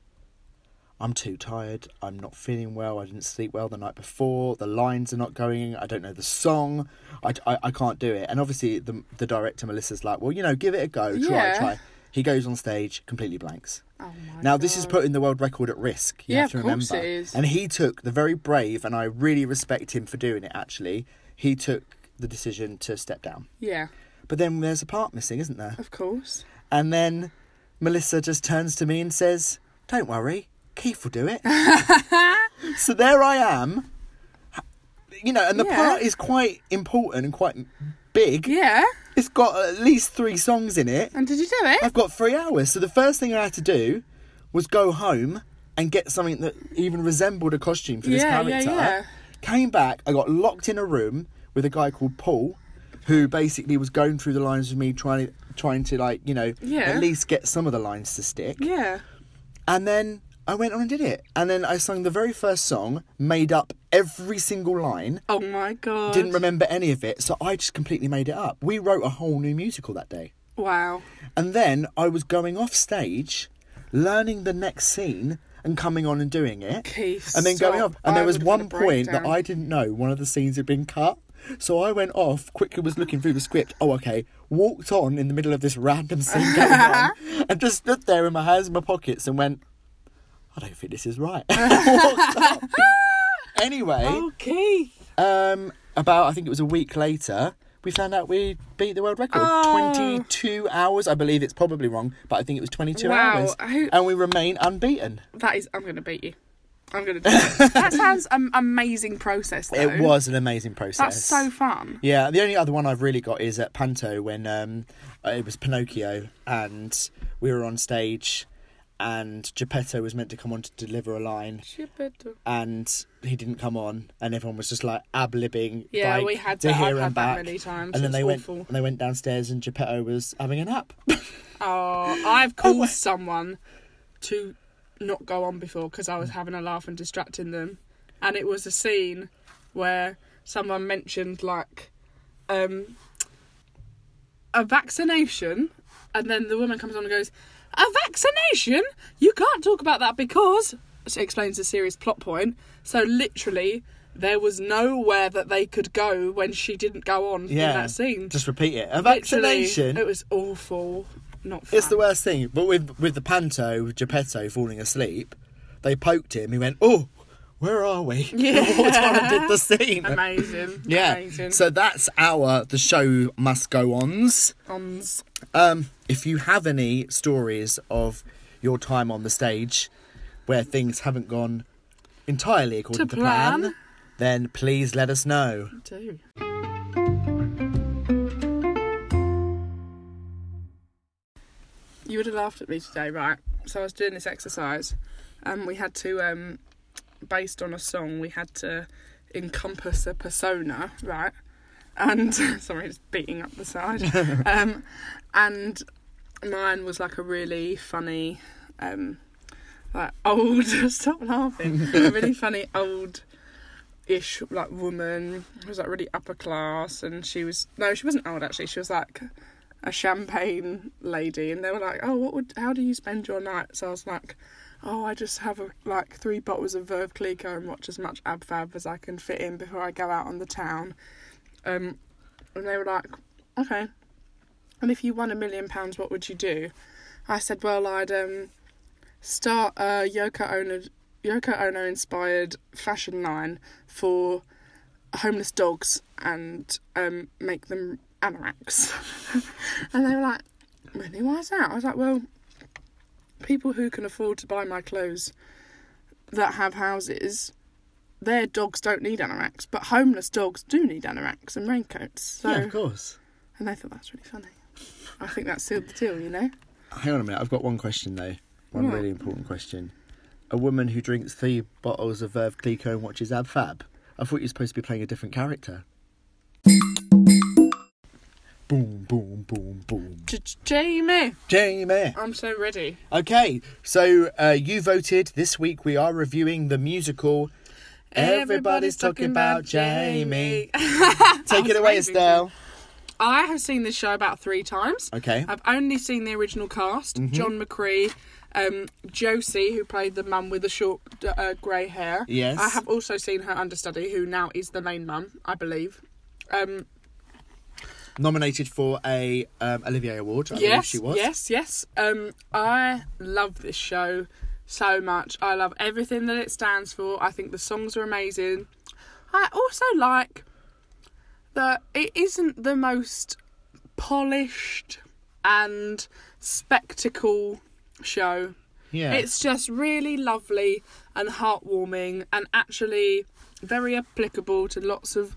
B: I'm too tired. I'm not feeling well. I didn't sleep well the night before. The lines are not going. I don't know the song. I, I, I can't do it. And obviously, the, the director, Melissa's like, well, you know, give it a go. Try,
C: Yeah.
B: try. He goes on stage, completely blanks.
C: Oh my.
B: Now, this is putting the world record at risk. You
C: Yeah,
B: have to
C: of course
B: remember.
C: it is.
B: And he took the very brave, and I really respect him for doing it actually. He took the decision to step down.
C: Yeah,
B: But then there's a part missing, isn't there?
C: of course.
B: And then Melissa just turns to me and says, Don't worry, Keith will do it. so there I am. You know, and the
C: Yeah.
B: part is quite important and quite big.
C: Yeah.
B: It's got at least three songs in it.
C: And did you do it?
B: I've got three hours. So the first thing I had to do was go home and get something that even resembled a costume for this
C: Yeah, yeah,
B: character.
C: yeah.
B: Came back, I got locked in a room with a guy called Paul, who basically was going through the lines with me, trying to trying to like you know
C: Yeah.
B: at least get some of the lines to stick.
C: Yeah.
B: And then I went on and did it. And then I sung the very first song, made up every single line.
C: Oh my god.
B: Didn't remember any of it, so I just completely made it up. We wrote a whole new musical that day.
C: Wow.
B: And then I was going off stage, learning the next scene and coming on and doing it.
C: Keith,
B: and then going
C: stop.
B: off. And there
C: I
B: was
C: would've
B: one
C: had a
B: point that
C: breakdown.
B: I didn't know one of the scenes had been cut. So I went off, quickly was looking through the script. Oh, okay. Walked on in the middle of this random scene going on and just stood there with my hands in my pockets and went, I don't think this is right. Walked off. Anyway,
C: Oh Keith.
B: um, about I think it was a week later, we found out we beat the world record.
C: Oh.
B: Twenty-two hours, I believe it's probably wrong, but I think it was twenty-two
C: Wow,
B: hours,
C: I-
B: and we remain unbeaten.
C: That is. I'm gonna beat you. I'm gonna. Do it. that sounds an amazing process. Though.
B: It was an amazing process.
C: That's so fun.
B: Yeah, the only other one I've really got is at Panto when um, uh, it was Pinocchio and we were on stage and Geppetto was meant to come on to deliver a line and he didn't come on and everyone was just like ablibbing
C: Yeah,
B: like,
C: we had
B: to
C: that.
B: here
C: I've
B: and
C: had that
B: back
C: many times.
B: and then
C: It's
B: they
C: awful.
B: went and they went downstairs and Geppetto was having a nap
C: Oh, I've called someone to not go on before because I was having a laugh and distracting them, and it was a scene where someone mentioned like um, a vaccination, and then the woman comes on and goes, "A vaccination? You can't talk about that because." She explains a serious plot point. So literally, there was nowhere that they could go when she didn't go on
B: yeah
C: in that scene.
B: just repeat it a
C: Literally,
B: vaccination
C: It was awful. Not fun.
B: it's the worst thing but with with the Panto with Geppetto falling asleep they poked him he went oh where are we
C: Yeah.
B: walked on and did the scene
C: Amazing.
B: yeah
C: Amazing.
B: so that's our the show must go ons
C: Ons.
B: Um, if you have any stories of your time on the stage where things haven't gone entirely according to, plan,
C: plan.
B: then please let us know.
C: do. You would have laughed at me today, right? So I was doing this exercise, and we had to, um, based on a song, we had to encompass a persona, right? And sorry, it's beating up the side. um, and mine was like a really funny, um, like old. stop laughing. a really funny old ish like woman who was like really upper class and she was no she wasn't old actually she was like a champagne lady and they were like oh what would how do you spend your night so i was like oh i just have a, like three bottles of verve clicquot and watch as much ab fab as i can fit in before i go out on the town um and they were like okay and if you won a million pounds what would you do i said well i'd um start a Yoko Ono Yoko Ono inspired fashion line for homeless dogs and um, make them anoraks. and they were like, really? Why is that? I was like, well, people who can afford to buy my clothes that have houses. Their dogs don't need anoraks, but homeless dogs do need anoraks and raincoats. So,
B: yeah, of course.
C: and they thought that's really funny. I think that sealed the deal, you know.
B: Hang on a minute, I've got one question though. One
C: What?
B: really important question. A woman who drinks three bottles of Verve Clico and watches Ab Fab. I thought you were supposed to be playing a different character. Boom, boom, boom, boom.
C: J- Jamie,
B: Jamie!
C: I'm so ready.
B: Okay, so uh, you voted. This week we are reviewing the musical Everybody's Talking About Jamie. Take it
C: was
B: away,
C: amazing. Uh,
B: Estelle.
C: I have seen this show about three times.
B: Okay.
C: I've only seen the original cast:
B: Mm-hmm.
C: John McCree, um, Josie, who played the mum with the short uh, grey hair.
B: Yes.
C: I have also seen her understudy, who now is the main mum, I believe. Um,
B: Nominated for a um, Olivier Award, I believe
C: yes,
B: she was.
C: yes, yes. Um, I love this show so much. I love everything that it stands for. I think the songs are amazing. I also like that it isn't the most polished and spectacle show.
B: Yeah.
C: It's just really lovely and heartwarming and actually very applicable to lots of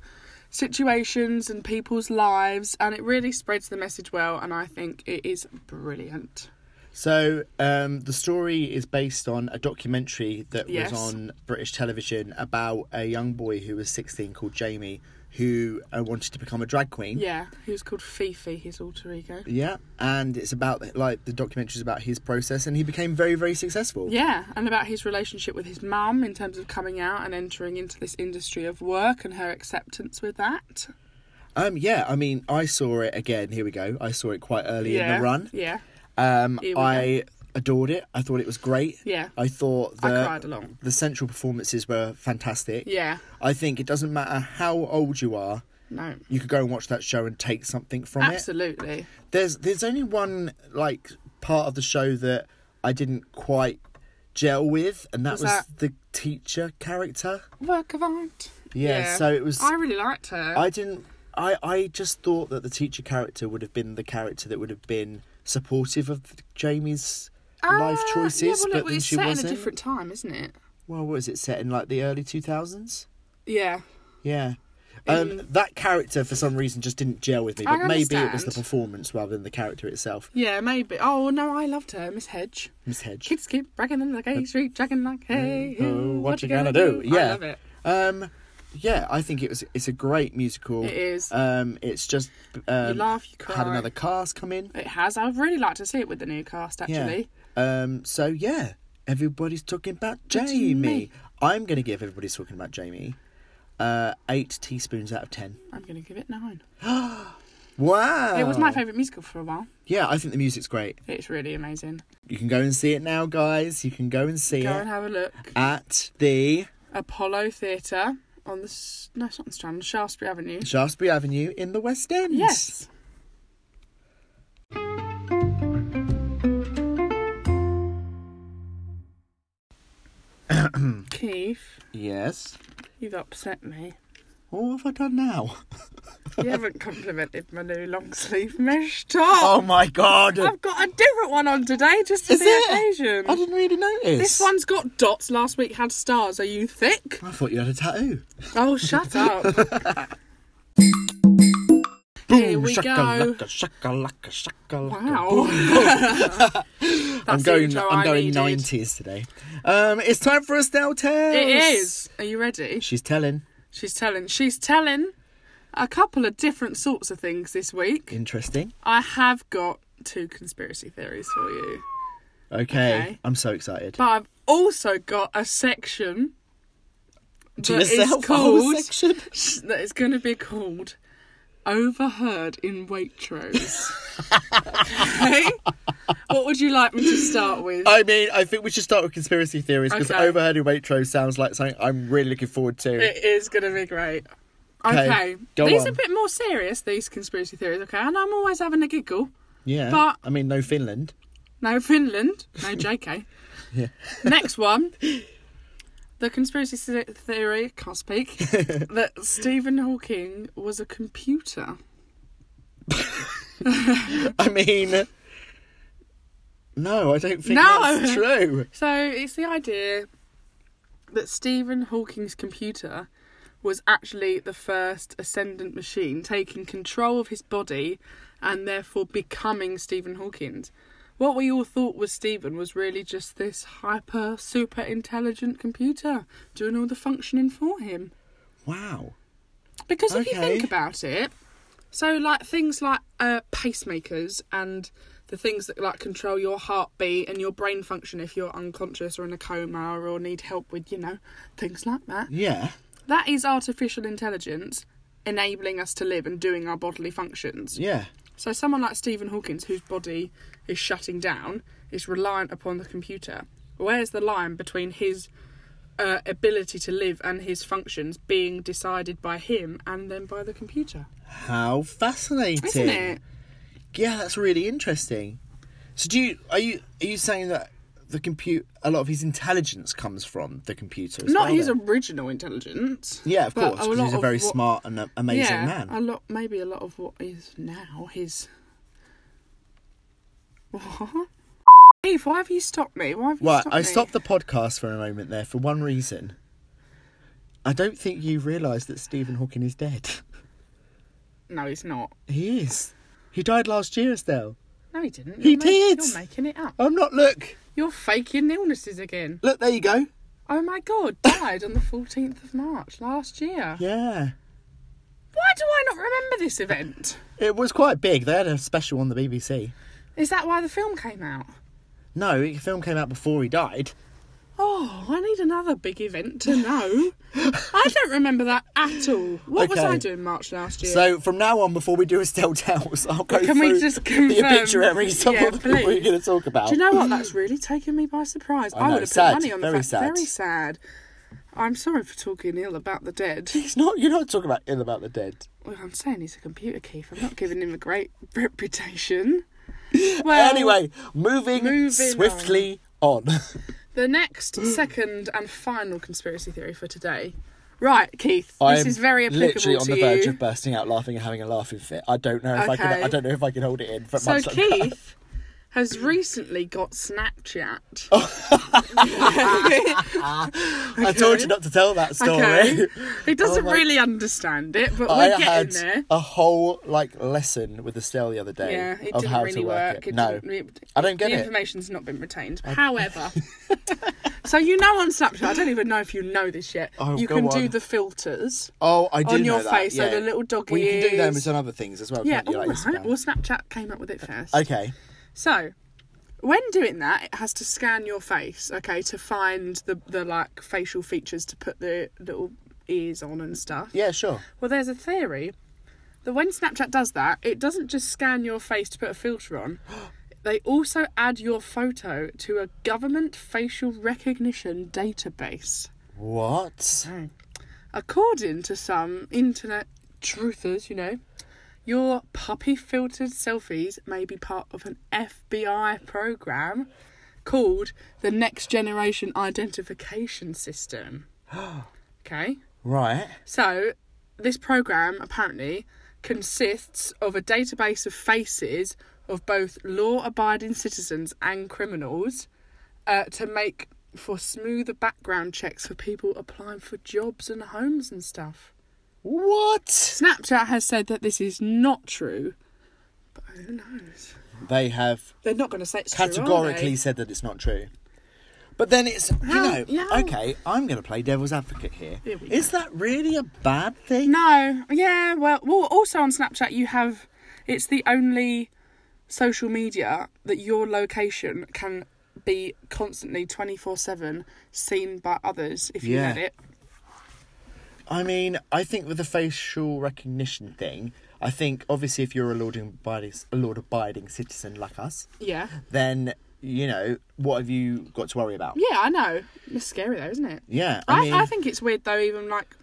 C: situations and people's lives and it really spreads the message well and I think it is brilliant.
B: So um, the story is based on a documentary that
C: Yes.
B: was on British television about a young boy who was 16 called Jamie who uh, wanted to become a drag queen.
C: Yeah, he was called Fifi, his alter ego.
B: Yeah, and it's about like the documentary is about his process, and he became very, very successful.
C: Yeah, and about his relationship with his mum in terms of coming out and entering into this industry of work and her acceptance with that.
B: Um, yeah, I mean, I saw it again. Here we go. I saw it quite early
C: yeah.
B: in the run.
C: Yeah.
B: Um,
C: Here we
B: I adored it. I thought it was great.
C: Yeah.
B: I thought
C: I
B: the
C: cried a lot.
B: the central performances were fantastic.
C: Yeah.
B: I think it doesn't matter how old you are.
C: No.
B: You could go and watch that show and take something from it.
C: Absolutely.
B: There's there's only one like part of the show that I didn't quite gel with, and that was,
C: Was that-
B: the teacher character.
C: Work of art.
B: Yeah, so it was-
C: I really liked her.
B: I didn't. I, I just thought that the teacher character would have been the character that would have been supportive of Jamie's life
C: Ah,
B: choices,
C: yeah, well, it-
B: but
C: well,
B: then
C: it's
B: she
C: set
B: wasn't.
C: in a different time, isn't it?
B: Well, what was it set in like the early two thousands?
C: Yeah.
B: Yeah. Um, that character for some reason just didn't gel with me,
C: I
B: but maybe it was the
C: understand.
B: performance rather than the character itself.
C: Yeah, maybe. Oh no, I loved her, Miss Hedge.
B: Miss Hedge.
C: Kids keep bragging in the gay street, dragging like, hey,
B: Oh,
C: who,
B: what, you gonna, do? Yeah.
C: I love it.
B: Um, yeah, I think it was. It's a great musical.
C: It is.
B: Um, it's just. Um,
C: laugh, you
B: Had
C: cry.
B: another cast come in.
C: It has. I'd really like to see it with the new cast,
B: Yeah.
C: actually.
B: Um. So yeah, everybody's talking about Jamie.
C: Jamie.
B: I'm gonna give everybody's talking about Jamie. Uh, eight teaspoons out of ten.
C: I'm going to give it nine.
B: Wow.
C: It was
B: Oh.
C: my favourite musical for a while.
B: Yeah, I think the music's great.
C: It's really amazing.
B: You can go and see it now, guys. You can go and see
C: Go
B: it
C: and have a look.
B: at the
C: Apollo Theatre on the. s- No, it's not on the Strand, Shaftesbury Avenue.
B: Shaftesbury Avenue in the West End.
C: Yes. Keith,
B: Yes. Oh,
C: you've upset me.
B: What have I done now?
C: You haven't complimented my new long sleeve mesh top.
B: Oh my god!
C: I've got a different one on today just to
B: Is
C: the
B: it? I
C: occasion.
B: didn't really notice.
C: This one's got dots. Last week had stars. Are you thick?
B: I thought you had a tattoo.
C: Oh, shut up. Here we
B: shakalaka, shakalaka, shakalaka.
C: Wow. That's
B: I'm going.
C: the intro
B: I'm
C: I
B: going
C: needed.
B: nineties today. Um, it's time for Estelle tells.
C: It is. Are you ready?
B: She's telling.
C: She's telling. She's telling a couple of different sorts of things this week.
B: Interesting.
C: I have got two conspiracy theories for you,
B: Okay.
C: Okay.
B: I'm so excited.
C: but I've also got a section
B: To
C: that is
B: yourself, a whole
C: called
B: section?
C: that is going to be called "Overheard in Waitrose." okay. What would you like me to start with?
B: I mean, I think we should start with conspiracy theories because
C: Okay.
B: overheard in Waitrose sounds like something I'm really looking forward to.
C: It is going to be great.
B: 'Kay,
C: Okay.
B: go
C: these
B: on.
C: are a bit more serious, these conspiracy theories, okay? And I'm always having a giggle.
B: yeah.
C: but-
B: I mean, no Finland.
C: No Finland, no JK.
B: Yeah.
C: Next one. The conspiracy se- theory, can't speak, that Stephen Hawking was a computer.
B: I mean, no, I don't think
C: No.
B: that's true.
C: So it's the idea that Stephen Hawking's computer was actually the first ascendant machine taking control of his body and therefore becoming Stephen Hawking's. What we all thought was Stephen was really just this hyper, super intelligent computer doing all the functioning for him.
B: Wow.
C: Because if you
B: Okay.
C: think about it, so like things like uh, pacemakers and the things that like control your heartbeat and your brain function if you're unconscious or in a coma or need help with, you know, things like that.
B: Yeah.
C: That is artificial intelligence enabling us to live and doing our bodily functions.
B: Yeah.
C: So someone like Stephen Hawking, whose body is shutting down, is reliant upon the computer. Where's the line between his uh, ability to live and his functions being decided by him and then by the computer?
B: How fascinating.
C: Isn't it?
B: Yeah, that's really interesting. So do you are you are you saying that the compute a lot of his intelligence comes from the computer. as
C: Not
B: well
C: his
B: then.
C: original intelligence.
B: yeah, of
C: but
B: course, 'cause he's
C: lot
B: a
C: of
B: very
C: what-
B: smart and a- amazing
C: yeah,
B: man.
C: A lot, maybe a lot of what is now his. What? Steve, why have you stopped me? Why have you
B: Right,
C: stopped
B: I
C: me?
B: stopped the podcast for a moment there for one reason. I don't think you realise that Stephen Hawking is dead.
C: No, he's not.
B: He is. He died last year, Estelle.
C: No, he didn't.
B: He
C: You're ma-
B: did!
C: You're making it up.
B: I'm not. Look,
C: You're faking illnesses again.
B: look. There you go.
C: Oh my god, died on the 14th of March last year.
B: Yeah,
C: Why do I not remember this event?
B: it was quite big. They had a special on the BBC.
C: Is that why the film came out?
B: No, the film came out before he died.
C: Oh, I need another big event to know. I don't remember that at all. What was
B: Okay.
C: I doing March last year?
B: So from now on, before we do Estelle Towers, I'll go
C: Can we
B: through
C: just
B: the
C: confirm-
B: obituaries of
C: Yeah,
B: all the people we're
C: please.
B: going to talk about.
C: Do you know what? That's really taken me by surprise. I,
B: know,
C: would have
B: sad,
C: put money on the
B: very
C: fact.
B: sad.
C: Very sad. I'm sorry for talking ill about the dead.
B: It's not. You're not talking about ill about the dead.
C: Well, I'm saying he's a computer thief. I'm not giving him a great reputation. Well,
B: anyway, moving,
C: moving
B: swiftly on.
C: the next,
B: Mm.
C: second, and final conspiracy theory for today. Right, Keith. this
B: I'm
C: is very applicable
B: literally on
C: to
B: the verge
C: you.
B: of bursting out laughing and having a laughing fit. I don't know if I can.
C: Okay.
B: I don't know if I can hold it in. For
C: So
B: much longer.
C: Keith has recently got Snapchat.
B: Oh. I told you not to tell that story.
C: okay. He doesn't
B: Oh my-
C: really understand it, but
B: I
C: we're
B: had
C: getting there.
B: a whole like lesson with Estelle the other day
C: Yeah, it
B: of
C: didn't
B: how
C: really
B: to work,
C: work.
B: it.
C: It
B: No,
C: didn't, it,
B: I don't get
C: the
B: it.
C: information's not been retained. However, so you know on Snapchat, I don't even know if you know this yet.
B: Oh,
C: you
B: go
C: can do
B: on.
C: the filters.
B: Oh, I do
C: on
B: know
C: your
B: that,
C: face, so
B: yeah.
C: the little dog
B: Well, you can do them with
C: ears.
B: some other things as well.
C: Yeah,
B: can't
C: all
B: you?
C: right.
B: Like Instagram.
C: Well, Snapchat came up with
B: Uh,
C: it first.
B: Okay.
C: So, when doing that, it has to scan your face, okay, to find the the like facial features to put the little ears on and stuff.
B: Yeah, sure.
C: Well, there's a theory that when Snapchat does that, it doesn't just scan your face to put a filter on. They also add your photo to a government facial recognition database.
B: What?
C: According to some internet truthers, you know, your puppy filtered selfies may be part of an FBI program called the Next Generation Identification System. okay?
B: Right.
C: So, this program apparently consists of a database of faces of both law abiding citizens and criminals uh, to make for smoother background checks for people applying for jobs and homes and stuff.
B: What?
C: Snapchat has said that this is not true. But who knows?
B: They have
C: They're not going to say it's
B: categorically
C: true.
B: said that it's not true. But then it's you
C: How-
B: know
C: yeah.
B: okay. I'm going to play devil's advocate here.
C: Here we
B: Is that really a bad thing?
C: Are they? No. Yeah, well, well, also on Snapchat, you have. It's the only social media that your location can be constantly 24 7 seen by others if you
B: Yeah.
C: let it.
B: I mean, I think with the facial recognition thing, I think obviously if you're a law abiding, a law abiding citizen like us,
C: Yeah.
B: then you know what have you got to worry about?
C: Yeah, I know. It's scary though, isn't it?
B: Yeah, I,
C: I,
B: mean,
C: I think it's weird though, even like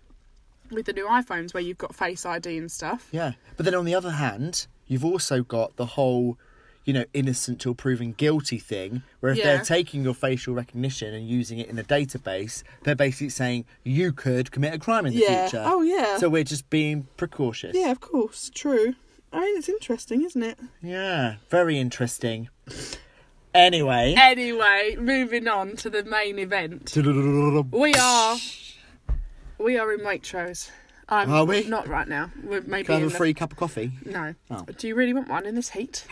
C: with the new iPhones where you've got Face ID and stuff.
B: yeah. But then on the other hand, you've also got the whole, you know, innocent till proven guilty thing, where if
C: Yeah.
B: they're taking your facial recognition and using it in a database, they're basically saying you could commit a crime in the
C: Yeah.
B: future.
C: Oh, yeah.
B: So we're just being precautious.
C: Yeah, of course. True. I mean, it's interesting, isn't it?
B: Yeah. Very interesting. Anyway.
C: Anyway, moving on to the main event. We are. We are in Waitrose. I'm
B: Are we?
C: Not right now. We're maybe
B: Can I
C: in
B: have
C: the-
B: a free cup of coffee?
C: No.
B: Oh.
C: Do you really want one in this heat?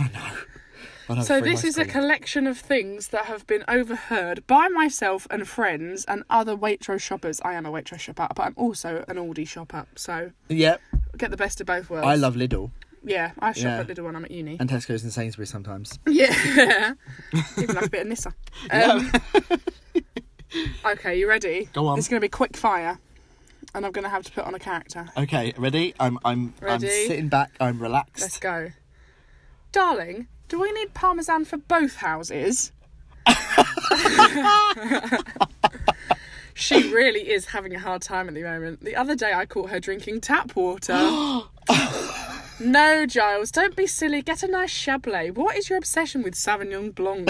B: I'll have
C: so
B: free
C: this
B: ice
C: is a
B: cream.
C: collection of things that have been overheard by myself and friends and other Waitrose shoppers. I am a Waitrose shopper, but I'm also an Aldi shopper. So
B: Yep.
C: get the best of both worlds.
B: I love Lidl
C: Yeah, I shop
B: Yeah.
C: at Lidl when I'm at uni.
B: and Tesco's and Sainsbury's sometimes.
C: Yeah. Even like a bit of Nissa. Um, okay, you ready?
B: Go on.
C: It's going to be quick fire, and I'm going to have to put on a character.
B: Okay, ready? I'm I'm
C: Ready?
B: I'm sitting back. I'm relaxed.
C: Let's go. Darling, do we need parmesan for both houses? she really is having a hard time at the moment. The other day I caught her drinking tap water. No, Giles, don't be silly. Get a nice Chablais. What is your obsession with Sauvignon Blanc?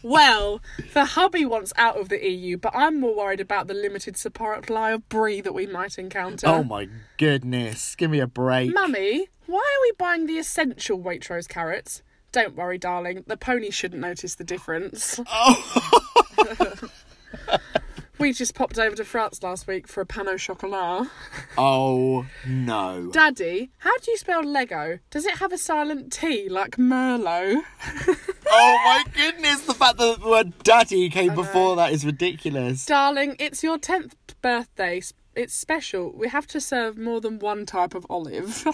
C: well, the hubby wants out of the EU, but I'm more worried about the limited supply of brie that we might encounter.
B: Oh my goodness. Give me a break.
C: Mummy, why are we buying the essential Waitrose carrots? Don't worry, darling. The pony shouldn't notice the difference. Oh. we just popped over to France last week for a pan au chocolat.
B: Oh no.
C: Daddy, how do you spell Lego? Does it have a silent T like Merlot?
B: Oh my goodness. The fact that the word daddy came before that is ridiculous.
C: Darling, it's your 10th birthday. S- It's special. We have to serve more than one type of olive.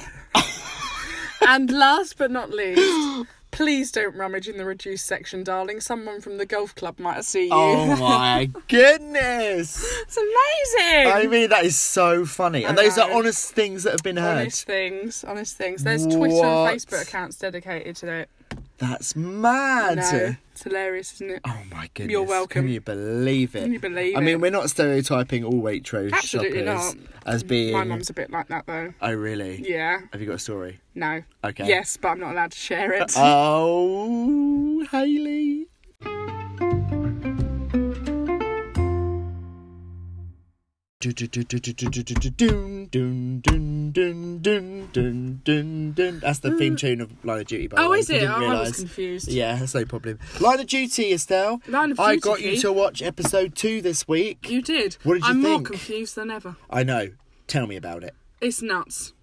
C: and last but not least, please don't rummage in the reduced section, darling. Someone from the golf club might have seen you.
B: Oh my goodness.
C: it's amazing!
B: I mean, that is so funny. And those are
C: know.
B: honest things that have been heard.
C: honest things, honest things. There's Twitter
B: What?
C: and Facebook accounts dedicated to it.
B: That's
C: I
B: mad.
C: know. It's hilarious, isn't it?
B: Oh my goodness!
C: welcome.
B: Can you believe it?
C: Can you believe
B: I mean,
C: it?
B: we're not stereotyping all Waitrose
C: Absolutely
B: shoppers
C: not.
B: as being.
C: My mum's a bit like that though.
B: Oh really?
C: Yeah.
B: Have you got a story?
C: No.
B: Okay. Uh,
C: Yes, but I'm not allowed to share it.
B: Oh, Haley. Do do do do do do do do do dun dun dun dun dun dun dun dun. That's the theme tune of Line of Duty. By the
C: oh,
B: way,
C: is
B: if you
C: it?
B: didn't
C: Oh, I was
B: realise.
C: confused.
B: Yeah, that's no problem. Line of Duty, Estelle.
C: Line of
B: I
C: Duty,
B: got you
C: Keith.
B: to watch episode two this week.
C: You did.
B: What did you
C: I'm more
B: think?
C: confused than ever.
B: I know. Tell me about it.
C: It's nuts.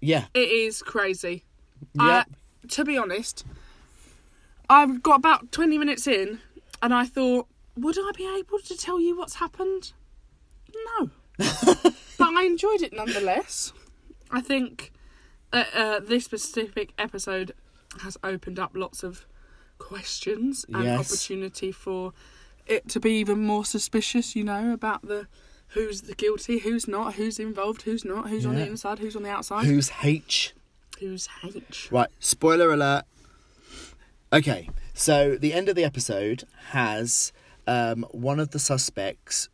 B: Yeah.
C: It is crazy.
B: Yeah.
C: I, to be honest, I've got about 20 minutes in and I thought, would I be able to tell you what's happened? No. but I enjoyed it nonetheless. I think uh, uh, this specific episode has opened up lots of questions and
B: Yes.
C: opportunity for it to be even more suspicious, you know, about the who's the guilty, who's not, who's involved, who's not, who's on the
B: Yeah.
C: inside, who's on the outside,
B: Who's H?
C: who's H.
B: Right. Spoiler alert. Okay. So the end of the episode has um, one of the suspects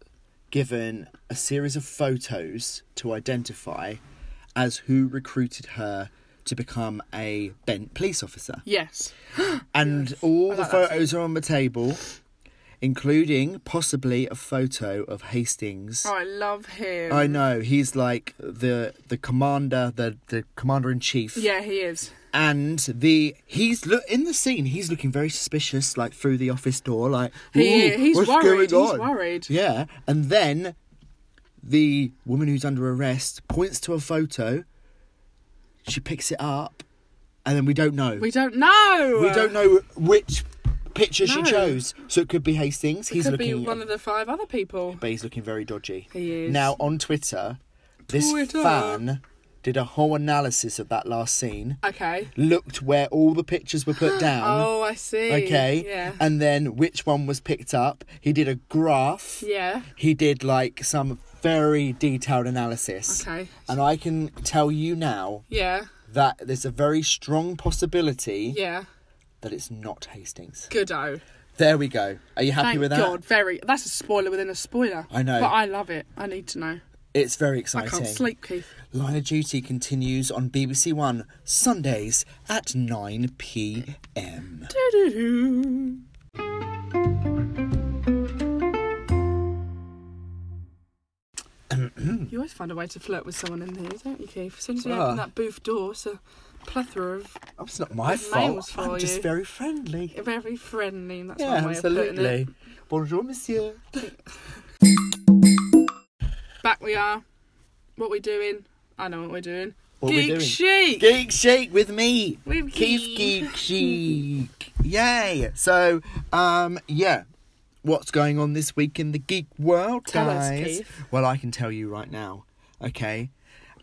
B: given a series of photos to identify as who recruited her to become a Bent police officer.
C: Yes.
B: And all the
C: like that
B: photos are on the table, including possibly a photo of Hastings.
C: Oh, I love him.
B: I know he's like the the commander, the the commander in chief,
C: Yeah, he is.
B: and the he's look in the scene. He's looking very suspicious, like through the office door, like
C: He-
B: "Ooh,
C: he's
B: what's
C: worried,
B: Going
C: he's
B: on?"
C: worried.
B: Yeah, and then the woman who's under arrest points to a photo. She picks it up, and then we don't know.
C: We don't know.
B: We don't know which picture she
C: No.
B: chose, so it could be Hastings.
C: It
B: he's
C: could
B: looking
C: be one of the five other people.
B: but he's looking very dodgy.
C: He is.
B: Now on Twitter, this
C: Twitter.
B: fan did a whole analysis of that last scene,
C: Okay.
B: looked where all the pictures were put down.
C: Oh, I see.
B: Um, Okay.
C: Yeah.
B: And then which one was picked up. He did a graph.
C: yeah.
B: He did like some very detailed analysis.
C: Okay.
B: And I can tell you now
C: Yeah.
B: that there's a very strong possibility
C: Yeah.
B: that it's not Hastings.
C: Goodo.
B: There we go. Are you happy
C: Thank
B: with that?
C: God. Very. That's a spoiler within a spoiler.
B: I know.
C: But I love it. I need to know.
B: It's very
C: I
B: exciting.
C: can't sleep, Keith.
B: Line of Duty continues on BBC One Sundays at 9 pm.
C: Doo-doo-doo.
B: Oh,
C: You always find a way to flirt with someone in here, don't you, Keith? As soon as we
B: Ah.
C: open that booth door, it's a plethora of
B: It's not my
C: With
B: fault.
C: nails for
B: I'm just
C: you.
B: very friendly.
C: very friendly. and That's
B: Yeah,
C: one way of putting it.
B: absolutely. Bonjour, monsieur.
C: Back we are. What we doing? I know what we're doing.
B: What we
C: Geek
B: doing?
C: chic.
B: Geek Chic with me.
C: With
B: Keith Geek Chic. Yay. So, um, yeah. What's going on this week in the geek world,
C: Tell us,
B: guys?
C: Keith.
B: Well, I can tell you right now. Okay.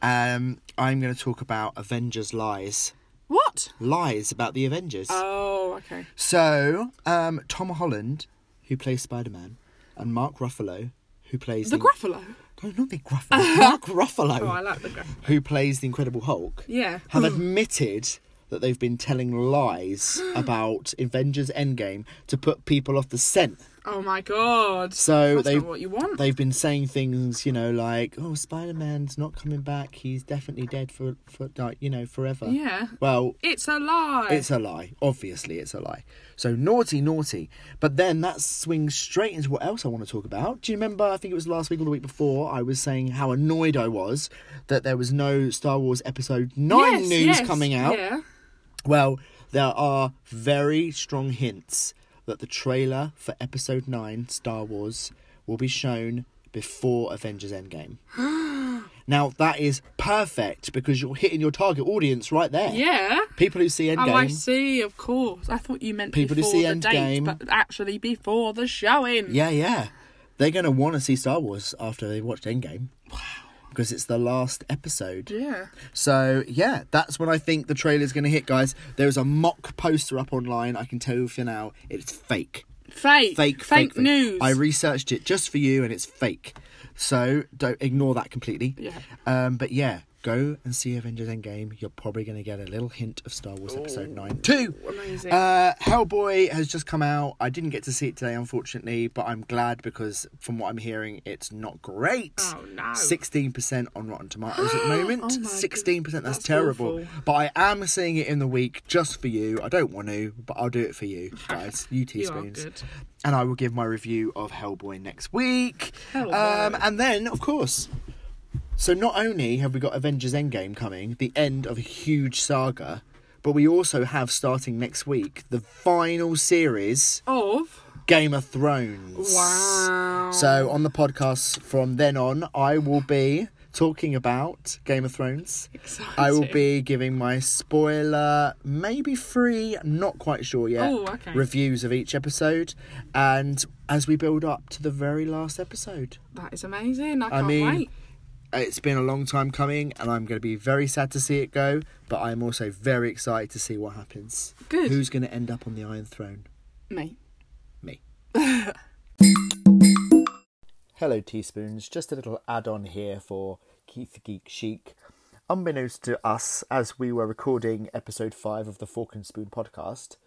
B: Um, I'm going to talk about Avengers lies.
C: What?
B: Lies about the Avengers.
C: Oh, okay.
B: So, um, Tom Holland, who plays Spider Man, and Mark Ruffalo, who plays
C: The
B: in-
C: Gruffalo.
B: no, not the Gruffalo, Mark
C: Oh, I
B: Ruffalo,
C: like the Gruffalo.
B: who plays the Incredible Hulk,
C: Yeah.
B: have admitted that they've been telling lies about Avengers Endgame to put people off the scent
C: Oh my god.
B: So
C: That's
B: they
C: not what you want.
B: they've been saying things, you know, like, "Oh, Spider Man's not coming back. He's definitely dead for for like you know forever."
C: yeah.
B: Well,
C: It's a lie.
B: it's a lie. Obviously, it's a lie. So naughty, naughty. But then that swings straight into what else I want to talk about. Do you remember? I think it was last week or the week before. I was saying how annoyed I was that there was no Star Wars Episode Nine
C: Yes,
B: news
C: yes,
B: coming out.
C: Yeah.
B: Well, there are very strong hints that the trailer for Episode 9 Star Wars will be shown before Avengers Endgame. now, that is perfect because you're hitting your target audience right there.
C: Yeah.
B: People who see
C: Oh, I
B: Endgame.
C: see. Of course. I thought you meant
B: People who
C: before
B: see
C: the date,
B: Endgame.
C: but actually before the showing.
B: yeah, yeah. They're going to want to see Star Wars after they've watched Endgame. Wow. Because it's the last episode.
C: Yeah.
B: So yeah, that's when I think the trailer's going to hit, guys. There is a mock poster up online. I can tell you for now, it's fake. fake,
C: Fake. Fake,
B: fake, thing.
C: news.
B: I researched it just for you, and it's fake. So don't ignore that completely.
C: Yeah.
B: Um, but yeah, go and see Avengers Endgame. You're probably going to get a little hint of Star Wars Episode Nine too.
C: Oh, Amazing.
B: Uh, Hellboy has just come out. I didn't get to see it today, unfortunately, but I'm glad because from what I'm hearing, it's not great.
C: Oh, no.
B: Sixteen percent on Rotten Tomatoes at the moment.
C: Oh my
B: Sixteen percent. That's,
C: That's
B: terrible.
C: awful.
B: But I am seeing it in the week just for you. I don't want to, but I'll do it for you, guys. You teaspoons.
C: good.
B: And I will give my review of Hellboy next week.
C: Hellboy.
B: Um, and then, of course. So not only have we got Avengers Endgame coming, the end of a huge saga, but we also have starting next week the final series
C: of.
B: Game of Thrones.
C: Wow.
B: So on the podcast from then on, I will be talking about Game of Thrones. I will
C: Exciting.
B: be giving my spoiler, maybe free, not quite sure yet.
C: Oh, okay.
B: Reviews of each episode, and as we build up to the very last episode.
C: That is amazing. I
B: I
C: can't
B: mean,
C: wait.
B: It's been a long time coming, and I'm going to be very sad to see it go. But I'm also very excited to see what happens.
C: Good.
B: Who's going to end up on the Iron Throne?
C: Me.
B: me. Hello, Teaspoons. Just a little add on here for Keith the Geek Chic. Unbeknownst to us, as we were recording episode 5 of the Fork and Spoon podcast,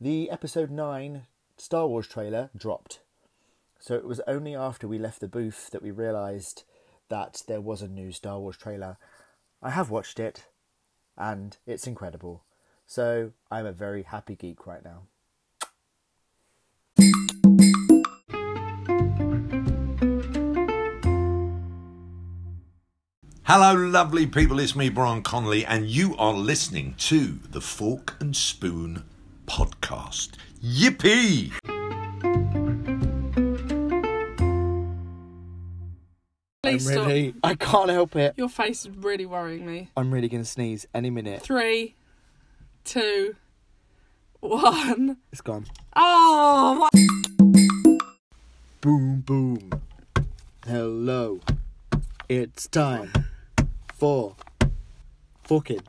B: the episode 9 Star Wars trailer dropped. So it was only after we left the booth that we realised that there was a new Star Wars trailer. I have watched it, and it's incredible. So I'm a very happy geek right now.
D: Hello, lovely people. It's me, Brian Connolly, and you are listening to the Fork and Spoon podcast. Yippee!
C: Please
B: I'm
C: stop.
B: really, I can't help it.
C: Your face is really worrying me.
B: I'm really gonna sneeze any minute.
C: Three, two, one.
B: It's gone.
C: Oh, what?
B: Boom, boom. Hello. It's time for forking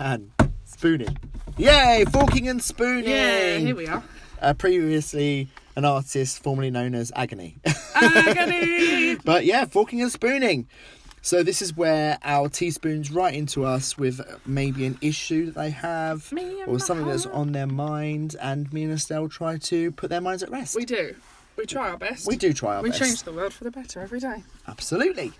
B: and spooning. Yay! Forking and spooning.
C: Yeah, here we are.
B: Uh, previously, an artist formerly known as Agony.
C: Agony.
B: But yeah, forking and spooning. So this is where our teaspoons write into us with maybe an issue that they have
C: Me and
B: or something that's
C: my-
B: on their mind, and me and Estelle try to put their minds at rest.
C: we do. We try our best.
B: We do try our
C: We
B: best.
C: change the world for the better every day.
B: Absolutely.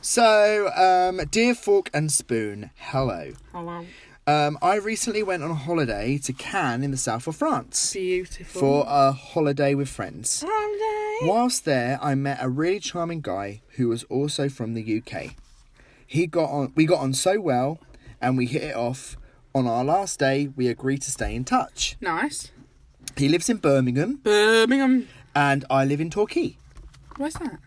B: So, um, dear fork and spoon, hello.
C: Hello.
B: Um, I recently went on holiday to Cannes in the south of France
C: Beautiful.
B: for a holiday with friends. Whilst there, I met a really charming guy who was also from the UK. He got on, we got on so well, and we hit it off. On our last day, we agreed to stay in touch.
C: Nice.
B: He lives in Birmingham,
C: Birmingham.
B: and I live in Torquay.
C: Where's that?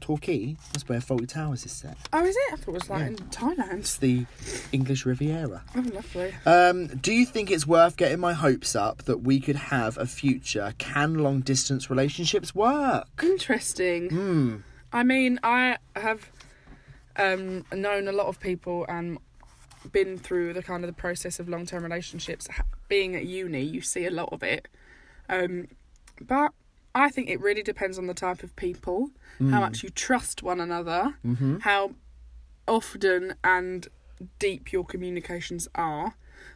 B: Torquay, that's where Faulty Towers is set.
C: Oh, is it? I thought it was like in Thailand.
B: It's the English Riviera.
C: Oh, lovely.
B: Um, do you think it's worth getting my hopes up that we could have a future? Can long distance relationships work?
C: Interesting. I mean, I have um, known a lot of people and been through the kind of the process of long term relationships. Ha- Being at uni, you see a lot of it. Um, but I think it really depends on the type of people, how much you trust one another, how often and deep your communications are.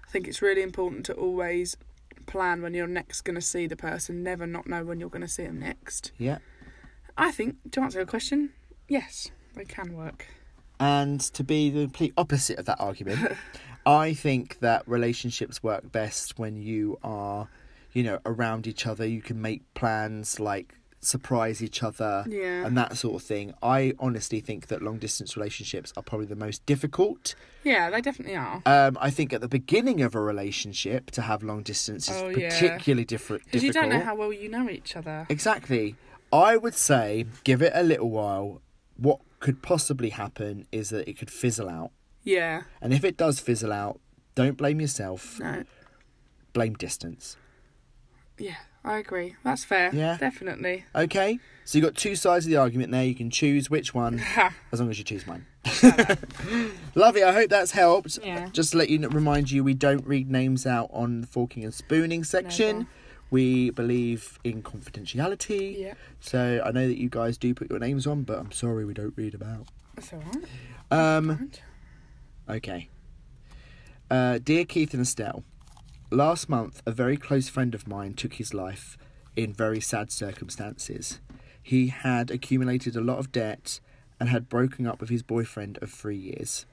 C: I think it's really important to always plan when you're next going to see the person, never not know when you're going to see them next.
B: Yeah.
C: I think, to answer your question, yes, they can work.
B: And to be the complete opposite of that argument, I think that relationships work best when you are, you know, around each other. You can make plans like surprise each other
C: Yeah.
B: and that sort of thing. I honestly think that long distance relationships are probably the most difficult.
C: Yeah, they definitely are.
B: Um, I think at the beginning of a relationship to have long distance is
C: Oh, yeah.
B: particularly different.
C: Because you
B: difficult.
C: don't know how well you know each other.
B: Exactly. I would say give it a little while. What could possibly happen is that it could fizzle out.
C: Yeah.
B: And if it does fizzle out, don't blame yourself,
C: No.
B: blame distance.
C: Yeah, I agree. That's fair.
B: Yeah.
C: Definitely.
B: Okay? So you've got two sides of the argument there. You can choose which one, as long as you choose mine. Lovely. I hope that's helped.
C: Yeah.
B: Just to let you kn- remind you, we don't read names out on the forking and spooning section.
C: Never.
B: We believe in confidentiality.
C: Yeah.
B: So I know that you guys do put your names on, but I'm sorry we don't read about.
C: That's alright.
B: Um,
C: Right.
B: Okay. Uh, dear Keith and Estelle, last month a very close friend of mine took his life in very sad circumstances. He had accumulated a lot of debt and had broken up with his boyfriend of three years.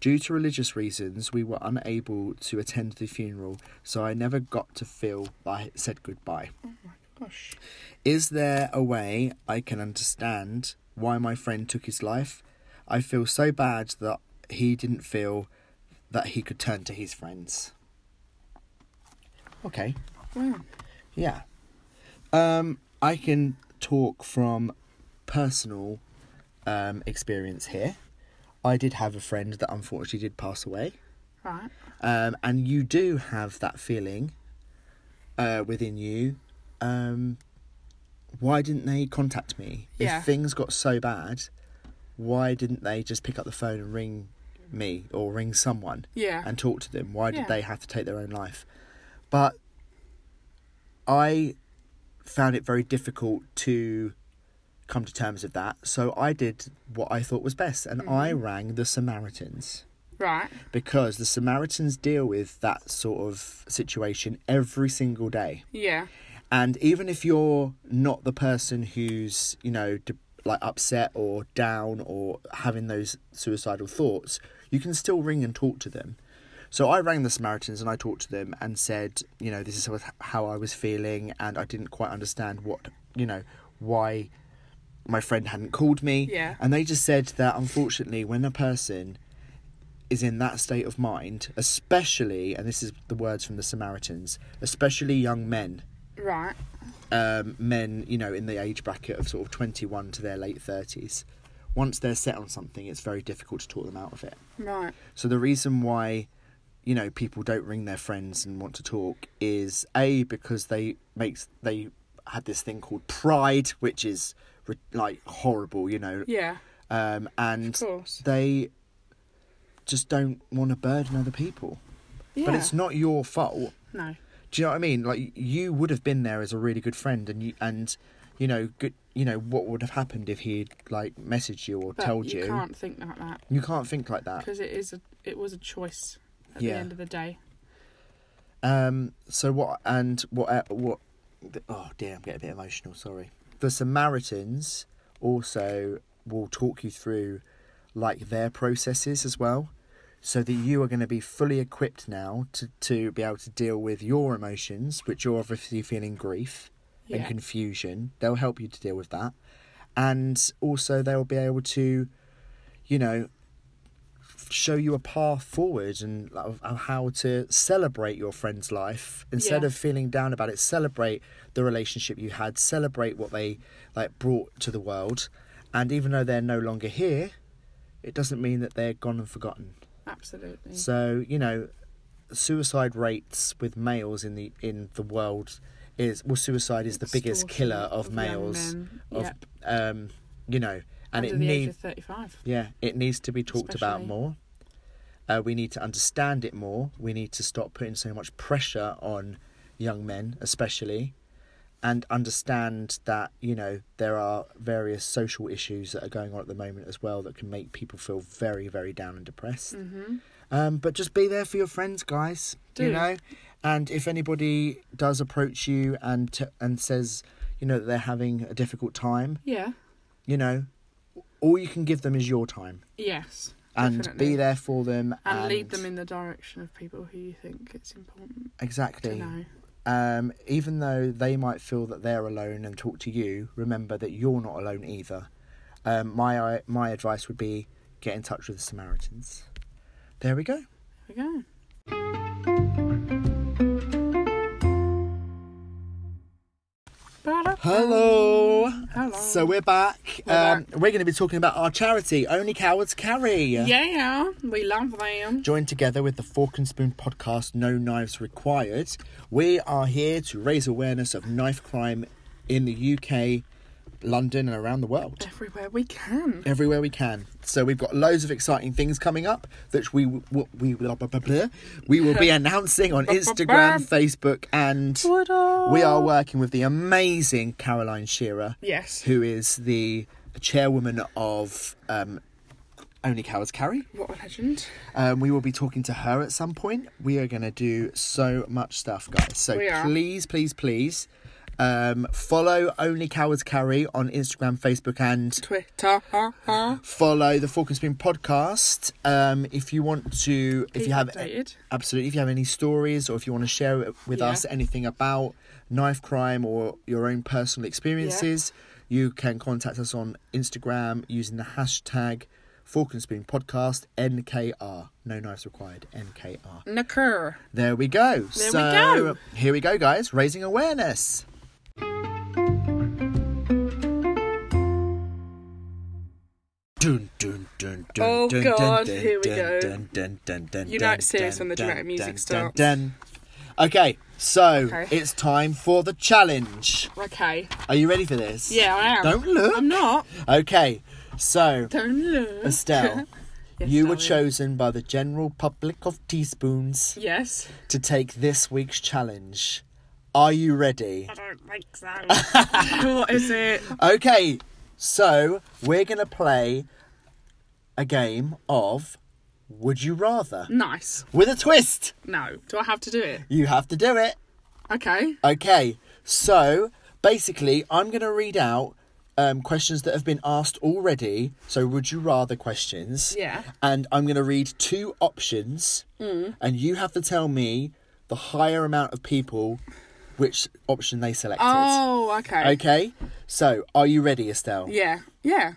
B: Due to religious reasons, we were unable to attend the funeral, so I never got to feel that I said goodbye.
C: Gosh.
B: Is there a way I can understand why my friend took his life? I feel so bad that he didn't feel that he could turn to his friends. Okay.
C: Wow.
B: Yeah. Um, I can talk from personal um, experience here. I did have a friend that unfortunately did pass away.
C: Right.
B: Um, and you do have that feeling uh, within you. Um, why didn't they contact me?
C: Yeah.
B: If things got so bad, why didn't they just pick up the phone and ring me or ring someone
C: Yeah.
B: and talk to them? Why did
C: Yeah.
B: they have to take their own life? But I found it very difficult to come to terms with that. So I did what I thought was best and I
C: Mm-hmm.
B: rang the Samaritans
C: right.
B: because the Samaritans deal with that sort of situation every single day.
C: Yeah.
B: And even if you're not the person who's, you know, d like upset or down or having those suicidal thoughts, you can still ring and talk to them. So I rang the Samaritans and I talked to them and said, you know, this is how- how I was feeling and I didn't quite understand what, you know, why my friend hadn't called me.
C: Yeah.
B: And they just said that unfortunately, when a person is in that state of mind, especially, and this is the words from the Samaritans, especially young men,
C: Right.
B: um, men, you know, in the age bracket of sort of 21 to their late 30s, once they're set on something, it's very difficult to talk them out of it.
C: Right.
B: So the reason why, you know, people don't ring their friends and want to talk is a because they makes they had this thing called pride, which is re- like horrible, you know,
C: Yeah.
B: um, and
C: Of course.
B: they just don't want to burden other people.
C: Yeah.
B: But it's not your fault.
C: no.
B: Do you know what I mean? Like you would have been there as a really good friend, and you and you know good. You know what would have happened if he had like messaged you or
C: But
B: told
C: you,
B: you.
C: can't think like that
B: You can't think like that.
C: because it is a it was a choice at
B: Yeah.
C: the end of the day.
B: Um. So what? And what? Uh, what? Oh dear, I'm getting a bit emotional. Sorry. The Samaritans also will talk you through like their processes as well, so that you are going to be fully equipped now to to be able to deal with your emotions, which you're obviously feeling grief and
C: Yeah.
B: confusion. They'll help you to deal with that, and also they'll be able to, you know, show you a path forward and of, of how to celebrate your friend's life instead
C: Yeah.
B: of feeling down about it celebrate the relationship you had celebrate what they like brought to the world and even though they're no longer here it doesn't mean that they're gone and forgotten
C: Absolutely.
B: so you know suicide rates with males in the in the world is well suicide is the biggest
C: Extortion
B: killer of,
C: of young
B: males
C: men,
B: of
C: yep.
B: um you know and
C: Under
B: it
C: the
B: needs
C: age of thirty five.
B: yeah, it needs to be talked about
C: Especially-
B: more. Uh, we need to understand it more. We need to stop putting so much pressure on young men, especially, and understand that you know there are various social issues that are going on at the moment as well that can make people feel very, very down and depressed. Um, but just be there for your friends, guys. You
C: Mm-hmm. Do.
B: know, And if anybody does approach you and t- and says, you know, that they're having a difficult time,
C: Yeah.
B: you know, all you can give them is your time
C: Yes.
B: and
C: definitely.
B: be there for them
C: And, lead them in the direction of people who you think it's important to
B: exactly.
C: know.
B: Um, even though they might feel that they're alone and talk to you, remember that you're not alone either. Um, my my advice would be get in touch with the Samaritans. There we go.
C: There we go. Ba-da-
B: Hello.
C: Hello.
B: So we're back.
C: We're
B: um, We're going to be talking about our charity, Only Cowards Carry.
C: Yeah, we love them.
B: Joined together with the Fork and Spoon podcast, No Knives Required, we are here to raise awareness of knife crime in the UK, London, and around the world.
C: Everywhere we can.
B: everywhere we can. So we've got loads of exciting things coming up that we w- w- we will blah, blah, blah, we will be announcing on Instagram, Facebook, and
C: Twitter.
B: we are working with the amazing Caroline Shearer,
C: Yes.
B: who is the chairwoman of um, Only Cowards Carry.
C: What a legend.
B: Um, we will be talking to her at some point. We are going to do so much stuff, guys. So
C: We are.
B: please, please, please. Um, follow Only Cowards Carry on Instagram, Facebook, and
C: Twitter.
B: follow the Fork and Spoon podcast. Um, if you want to, if you have
C: updated.
B: absolutely, if you have any stories or if you want to share it with
C: Yeah.
B: us anything about knife crime or your own personal experiences, you can contact us on Instagram using the hashtag Fork and Spoon Podcast NKR. No knives required. NKR.
C: Nakur.
B: There we go.
C: we
B: so
C: go.
B: here we go, guys. Raising awareness. Dun, dun, dun, dun,
C: Oh,
B: dun,
C: God,
B: dun,
C: here we
B: dun,
C: go.
B: Dun, dun, dun, dun,
C: You know
B: dun,
C: it's serious
B: dun,
C: when the
B: dun,
C: dramatic music
B: dun,
C: starts.
B: Dun, dun. Okay, so
C: Okay.
B: it's time for the challenge.
C: Okay.
B: Are you ready for this?
C: Yeah, I am.
B: Don't look.
C: I'm not.
B: Okay, so
C: Don't look.
B: Estelle,
C: Yes,
B: you were
C: darling.
B: chosen by the general public of teaspoons
C: Yes.
B: to take this week's challenge. Are you ready?
C: I don't think so. what is it?
B: Okay, so we're gonna play a game of Would You Rather
C: Nice.
B: with a twist.
C: No. Do I have to do it?
B: You have to do it.
C: Okay.
B: Okay, so basically, I'm gonna read out um, questions that have been asked already. So, Would You Rather questions.
C: Yeah. Hmm.
B: And I'm gonna read two options, and you have to tell me the higher amount of people which option they selected.
C: Oh, okay.
B: Okay, so are you ready, Estelle?
C: Yeah. Yeah.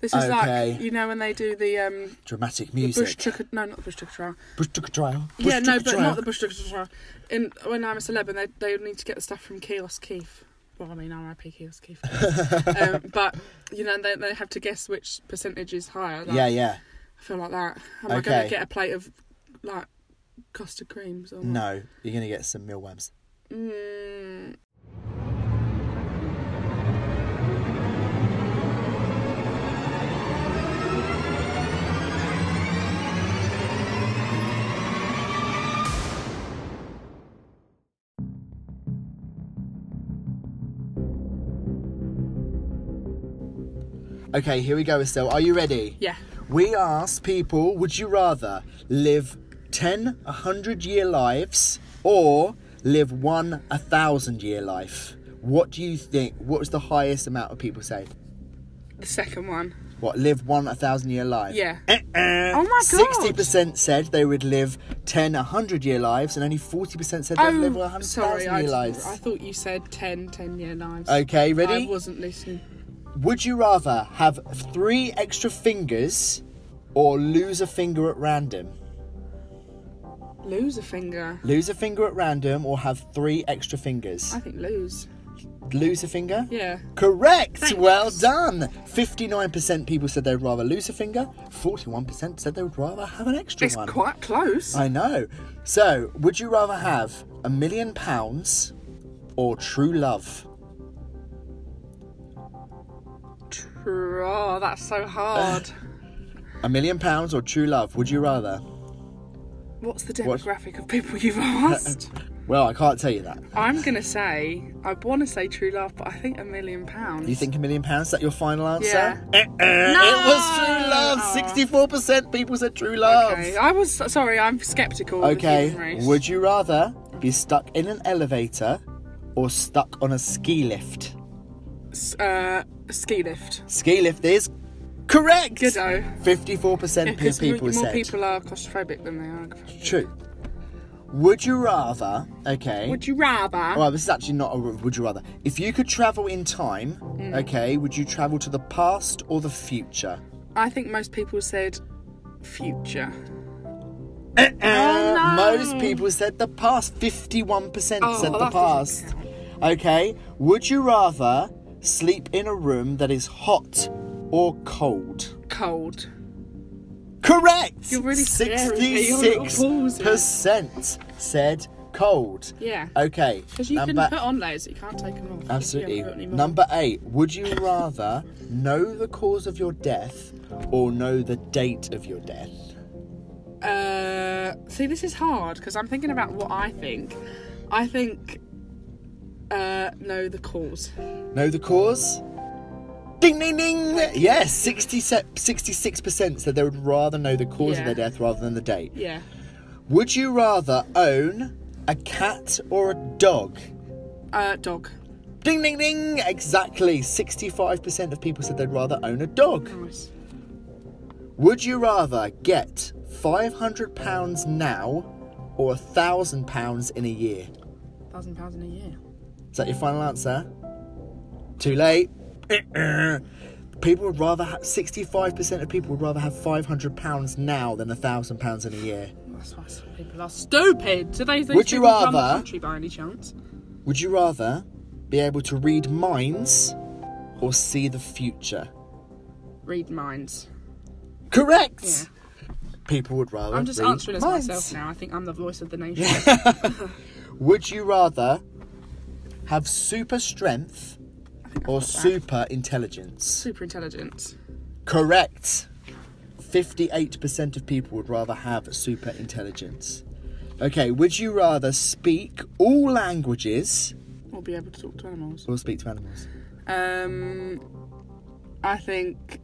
C: This is
B: Okay.
C: like you know when they do the um
B: Dramatic
C: bush
B: music.
C: chucker no not the bush chucker trial.
B: Bush tucker trial. Bush
C: yeah, no,
B: tucker
C: but
B: trial.
C: not the bush chucker trial. In when I'm a celeb and they they need to get the stuff from Kiosk Keith. Well, I mean RIP Kiosk Keith. um, but you know they they have to guess which percentage is higher. Like,
B: Yeah, yeah.
C: I feel like that. Am I
B: Okay.
C: gonna get a plate of like custard creams or what?
B: No, you're gonna get some mealworms.
C: Mm,
B: Okay, here we go, Estelle. Are you ready?
C: yeah.
B: We asked people, would you rather live 10 100 year lives or live one 1,000 year life? What do you think? What was the highest amount of people say?
C: The second one.
B: What, live one 1,000 year life?
C: Yeah. Oh my god.
B: Uh-uh. Sixty percent said they would live 10 100 year lives, and only forty percent said they'd live one hundred
C: Oh, sorry,
B: thousand
C: I,
B: year
C: just-
B: lives.
C: I thought you said 10, 10 year knives.
B: Okay,
C: I
B: ready?
C: wasn't listening.
B: Would you rather have three extra fingers or lose a finger at random?
C: Lose a finger.
B: Lose a finger at random or have three extra fingers?
C: I think lose.
B: Lose a finger?
C: Yeah.
B: Correct!
C: Thanks.
B: Well done! 59% people said they'd rather lose a finger, 41% said they would rather have an extra
C: It's
B: one.
C: quite close.
B: I know. So, would you rather have a million pounds or true love?
C: Tr- Oh, that's so hard.
B: A million pounds or true love? Would you rather?
C: What's the
B: What?
C: demographic of people you've asked?
B: Well, I can't tell you that.
C: I'm gonna say I want to say True Love, but I think a million pounds.
B: Do you think a million pounds? Is that your final
C: Yeah.
B: answer? Eh, eh,
A: No.
B: It was true love.
C: Aw.
B: Sixty-four percent people said true love.
C: Okay, Oh, I was sorry. I'm skeptical. of the
B: Okay,
C: human race.
B: would you rather be stuck in an elevator or stuck on a ski lift?
C: S- uh, ski lift.
B: Ski lift is correct.
C: Goodo.
B: Fifty-four percent
C: Because
B: people
C: uh, more
B: said
C: people are claustrophobic than they are. claustrophobic.
B: true. Would you rather? Okay.
C: Would you rather?
B: Well, this is actually not a r- would you rather. If you could travel in time,
C: Mm.
B: okay, would you travel to the past or the future?
C: I think most people said future.
B: Uh, Most people said the past. 51%
C: Oh,
B: said the
C: that doesn't
B: past. Okay, would you rather sleep in a room that is hot or cold?
C: Cold.
B: Correct!
C: You're really scaring me, your little balls, yeah.
B: 66% said cold.
C: Yeah.
B: Okay.
C: Because you
B: number-
C: can put on layers, that you can't take them off. if you
B: Absolutely.
C: haven't got any more.
B: Number eight, would you rather know the cause of your death or know the date of your death?
C: Uh, see, this is hard because I'm thinking about what I think. I think. Uh, no, the cause.
B: Know the cause? Ding ding ding! Yes, 60 se- 66% said they would rather know the cause of
C: Yeah.
B: their death rather than the date.
C: Yeah.
B: Would you rather own a cat or a dog?
C: Uh, dog.
B: Ding ding ding! Exactly, 65% of people said they'd rather own a dog.
C: Nice.
B: Would you rather get £500 now or £1,000 in a year?
C: Thousand pounds in a year.
B: Is that your final answer? Too late. people would rather ha- 65% of people would rather have 500 pounds now than 1000 pounds in a year.
C: That's why some people are stupid. Do they think
B: Would you
C: people run the
B: rather-
C: country by any chance?
B: Would you rather be able to read minds or see the future?
C: Read minds.
B: Correct.
C: Yeah.
B: People would rather
C: I'm just
B: read
C: answering as
B: minds.
C: myself now. I think I'm the voice of the nation.
B: Would you rather have super strength or super intelligence?
C: Super intelligent.
B: Correct. 58% of people would rather have super intelligence. Okay, would you rather speak all languages
C: We'll be able to talk to animals.
B: or speak to animals?
C: Um, I think.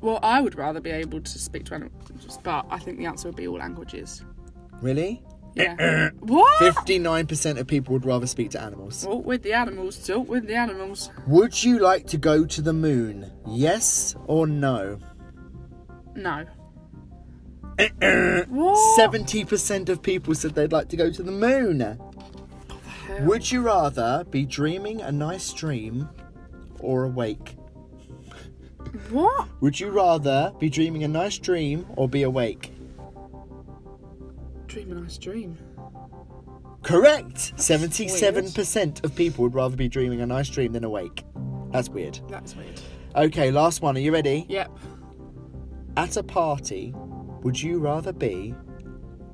C: Well, I would rather be able to speak to animals, but I think the answer would be all languages.
B: Really?
C: Yeah. what?
B: 59% of people would rather speak to animals.
C: Talk with the animals. Talk with the animals.
B: Would you like to go to the moon? Yes or no?
C: No. what?
B: 70% of people said they'd like to go to the moon. Would you rather be dreaming a nice dream or awake?
C: What?
B: Would you rather be dreaming a nice dream or be awake?
C: Dream a nice dream.
B: Correct! 77% of people would rather be dreaming a nice dream than awake. That's weird.
C: That's weird.
B: Okay, last one. Are you ready?
C: Yep.
B: At a party, would you rather be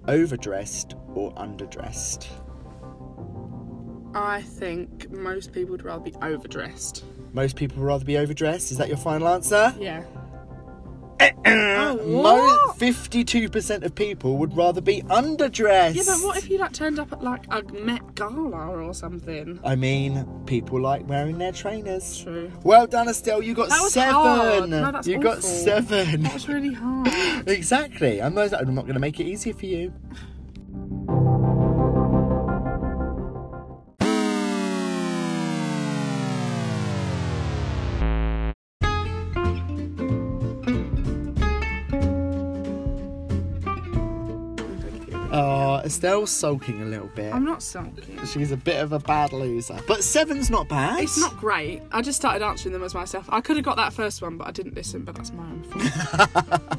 B: overdressed or underdressed?
C: I think most people would rather be overdressed.
B: Most people would rather be overdressed. Is that your final answer?
C: Yeah. Oh,
B: Mo- 52% of people would rather be underdressed.
C: Yeah, but what if you like turned up at like a Met Gala or something?
B: I mean, people like wearing their trainers.
C: True.
B: Well done, Estelle. You got
C: That was
B: seven.
C: hard. No, that's
B: you got
C: awful.
B: seven.
C: That's really hard.
B: exactly. I'm not, I'm not going to make it easy for you. Oh, Estelle's sulking a little bit.
C: I'm not sulking.
B: She's a bit of a bad loser. But seven's not bad.
C: It's not great. I just started answering them as myself. I could have got that first one, but I didn't listen. But that's my own fault.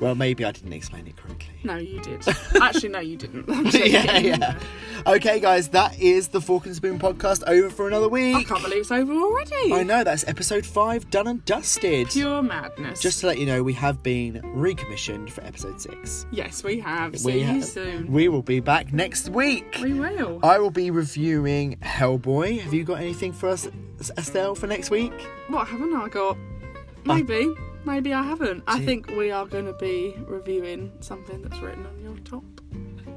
B: Well, maybe I didn't explain it correctly.
C: No, you did. Actually, no, you didn't. I'm joking.
B: yeah, yeah. Okay, guys, that is the Fork and Spoon podcast over for another
C: I
B: week.
C: can't believe it's over already.
B: I know, that's episode five, done and dusted.
C: Pure madness.
B: Just to let you know, we have been recommissioned for episode six.
C: yes, we have. See
B: we,
C: you
B: ha-
C: soon.
B: we will be back next week.
C: We will.
B: I will be reviewing Hellboy. Have you got anything for us, Estelle, for next week?
C: What haven't I got? Maybe. Maybe I haven't. I think we are going to be reviewing something that's written on your top.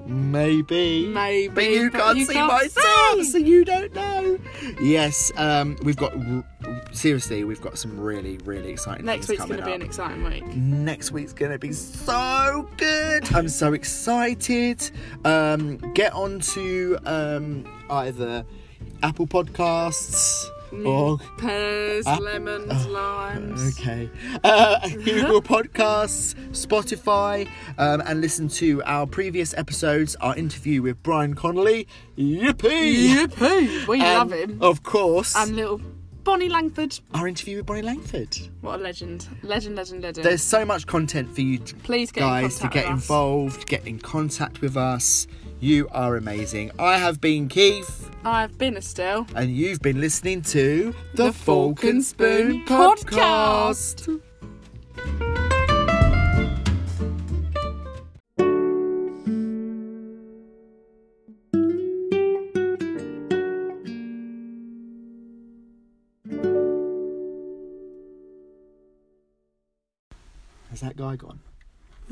B: Maybe.
C: Maybe,
B: Mm. But you
C: but
B: can't
C: you
B: see
C: can't
B: my
C: see.
B: socks, so you don't know. Yes, um, we've got. r- Seriously, we've got some really, really exciting
C: Next
B: things
C: week's
B: coming
C: going to be
B: up.
C: an exciting week.
B: Next week's gonna be so good. I'm so excited. Um, get on to um, either Apple Podcasts
C: Mm.
B: or
C: Pears,
B: Ah.
C: lemons, limes.
B: Okay. Uh, Google Podcasts, Spotify, um, and listen to our previous episodes, our interview with Brian Connolly. Yippee! Um,
C: Yippee! We
B: And,
C: love him.
B: Of course.
C: And little Bonnie Langford.
B: our interview with Bonnie Langford.
C: What a legend. Legend, legend, legend.
B: There's so much content for you to-
C: Please get in
B: guys to
C: contact
B: get
C: with us.
B: involved, get in contact with us. You are amazing. I have been Keith,
C: I've been Estelle.
B: and you've been listening to the, Falcon Spoon Podcast. Has that guy gone?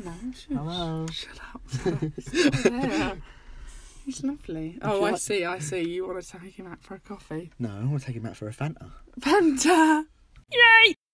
C: No, shut,
B: Hello.
C: shut up. He's not there. He's lovely. Oh,
B: you
C: I
B: like-
C: see, I see. You want to take him out for a coffee.
B: No, I want to take him out for a Fanta.
C: Panda! Yay!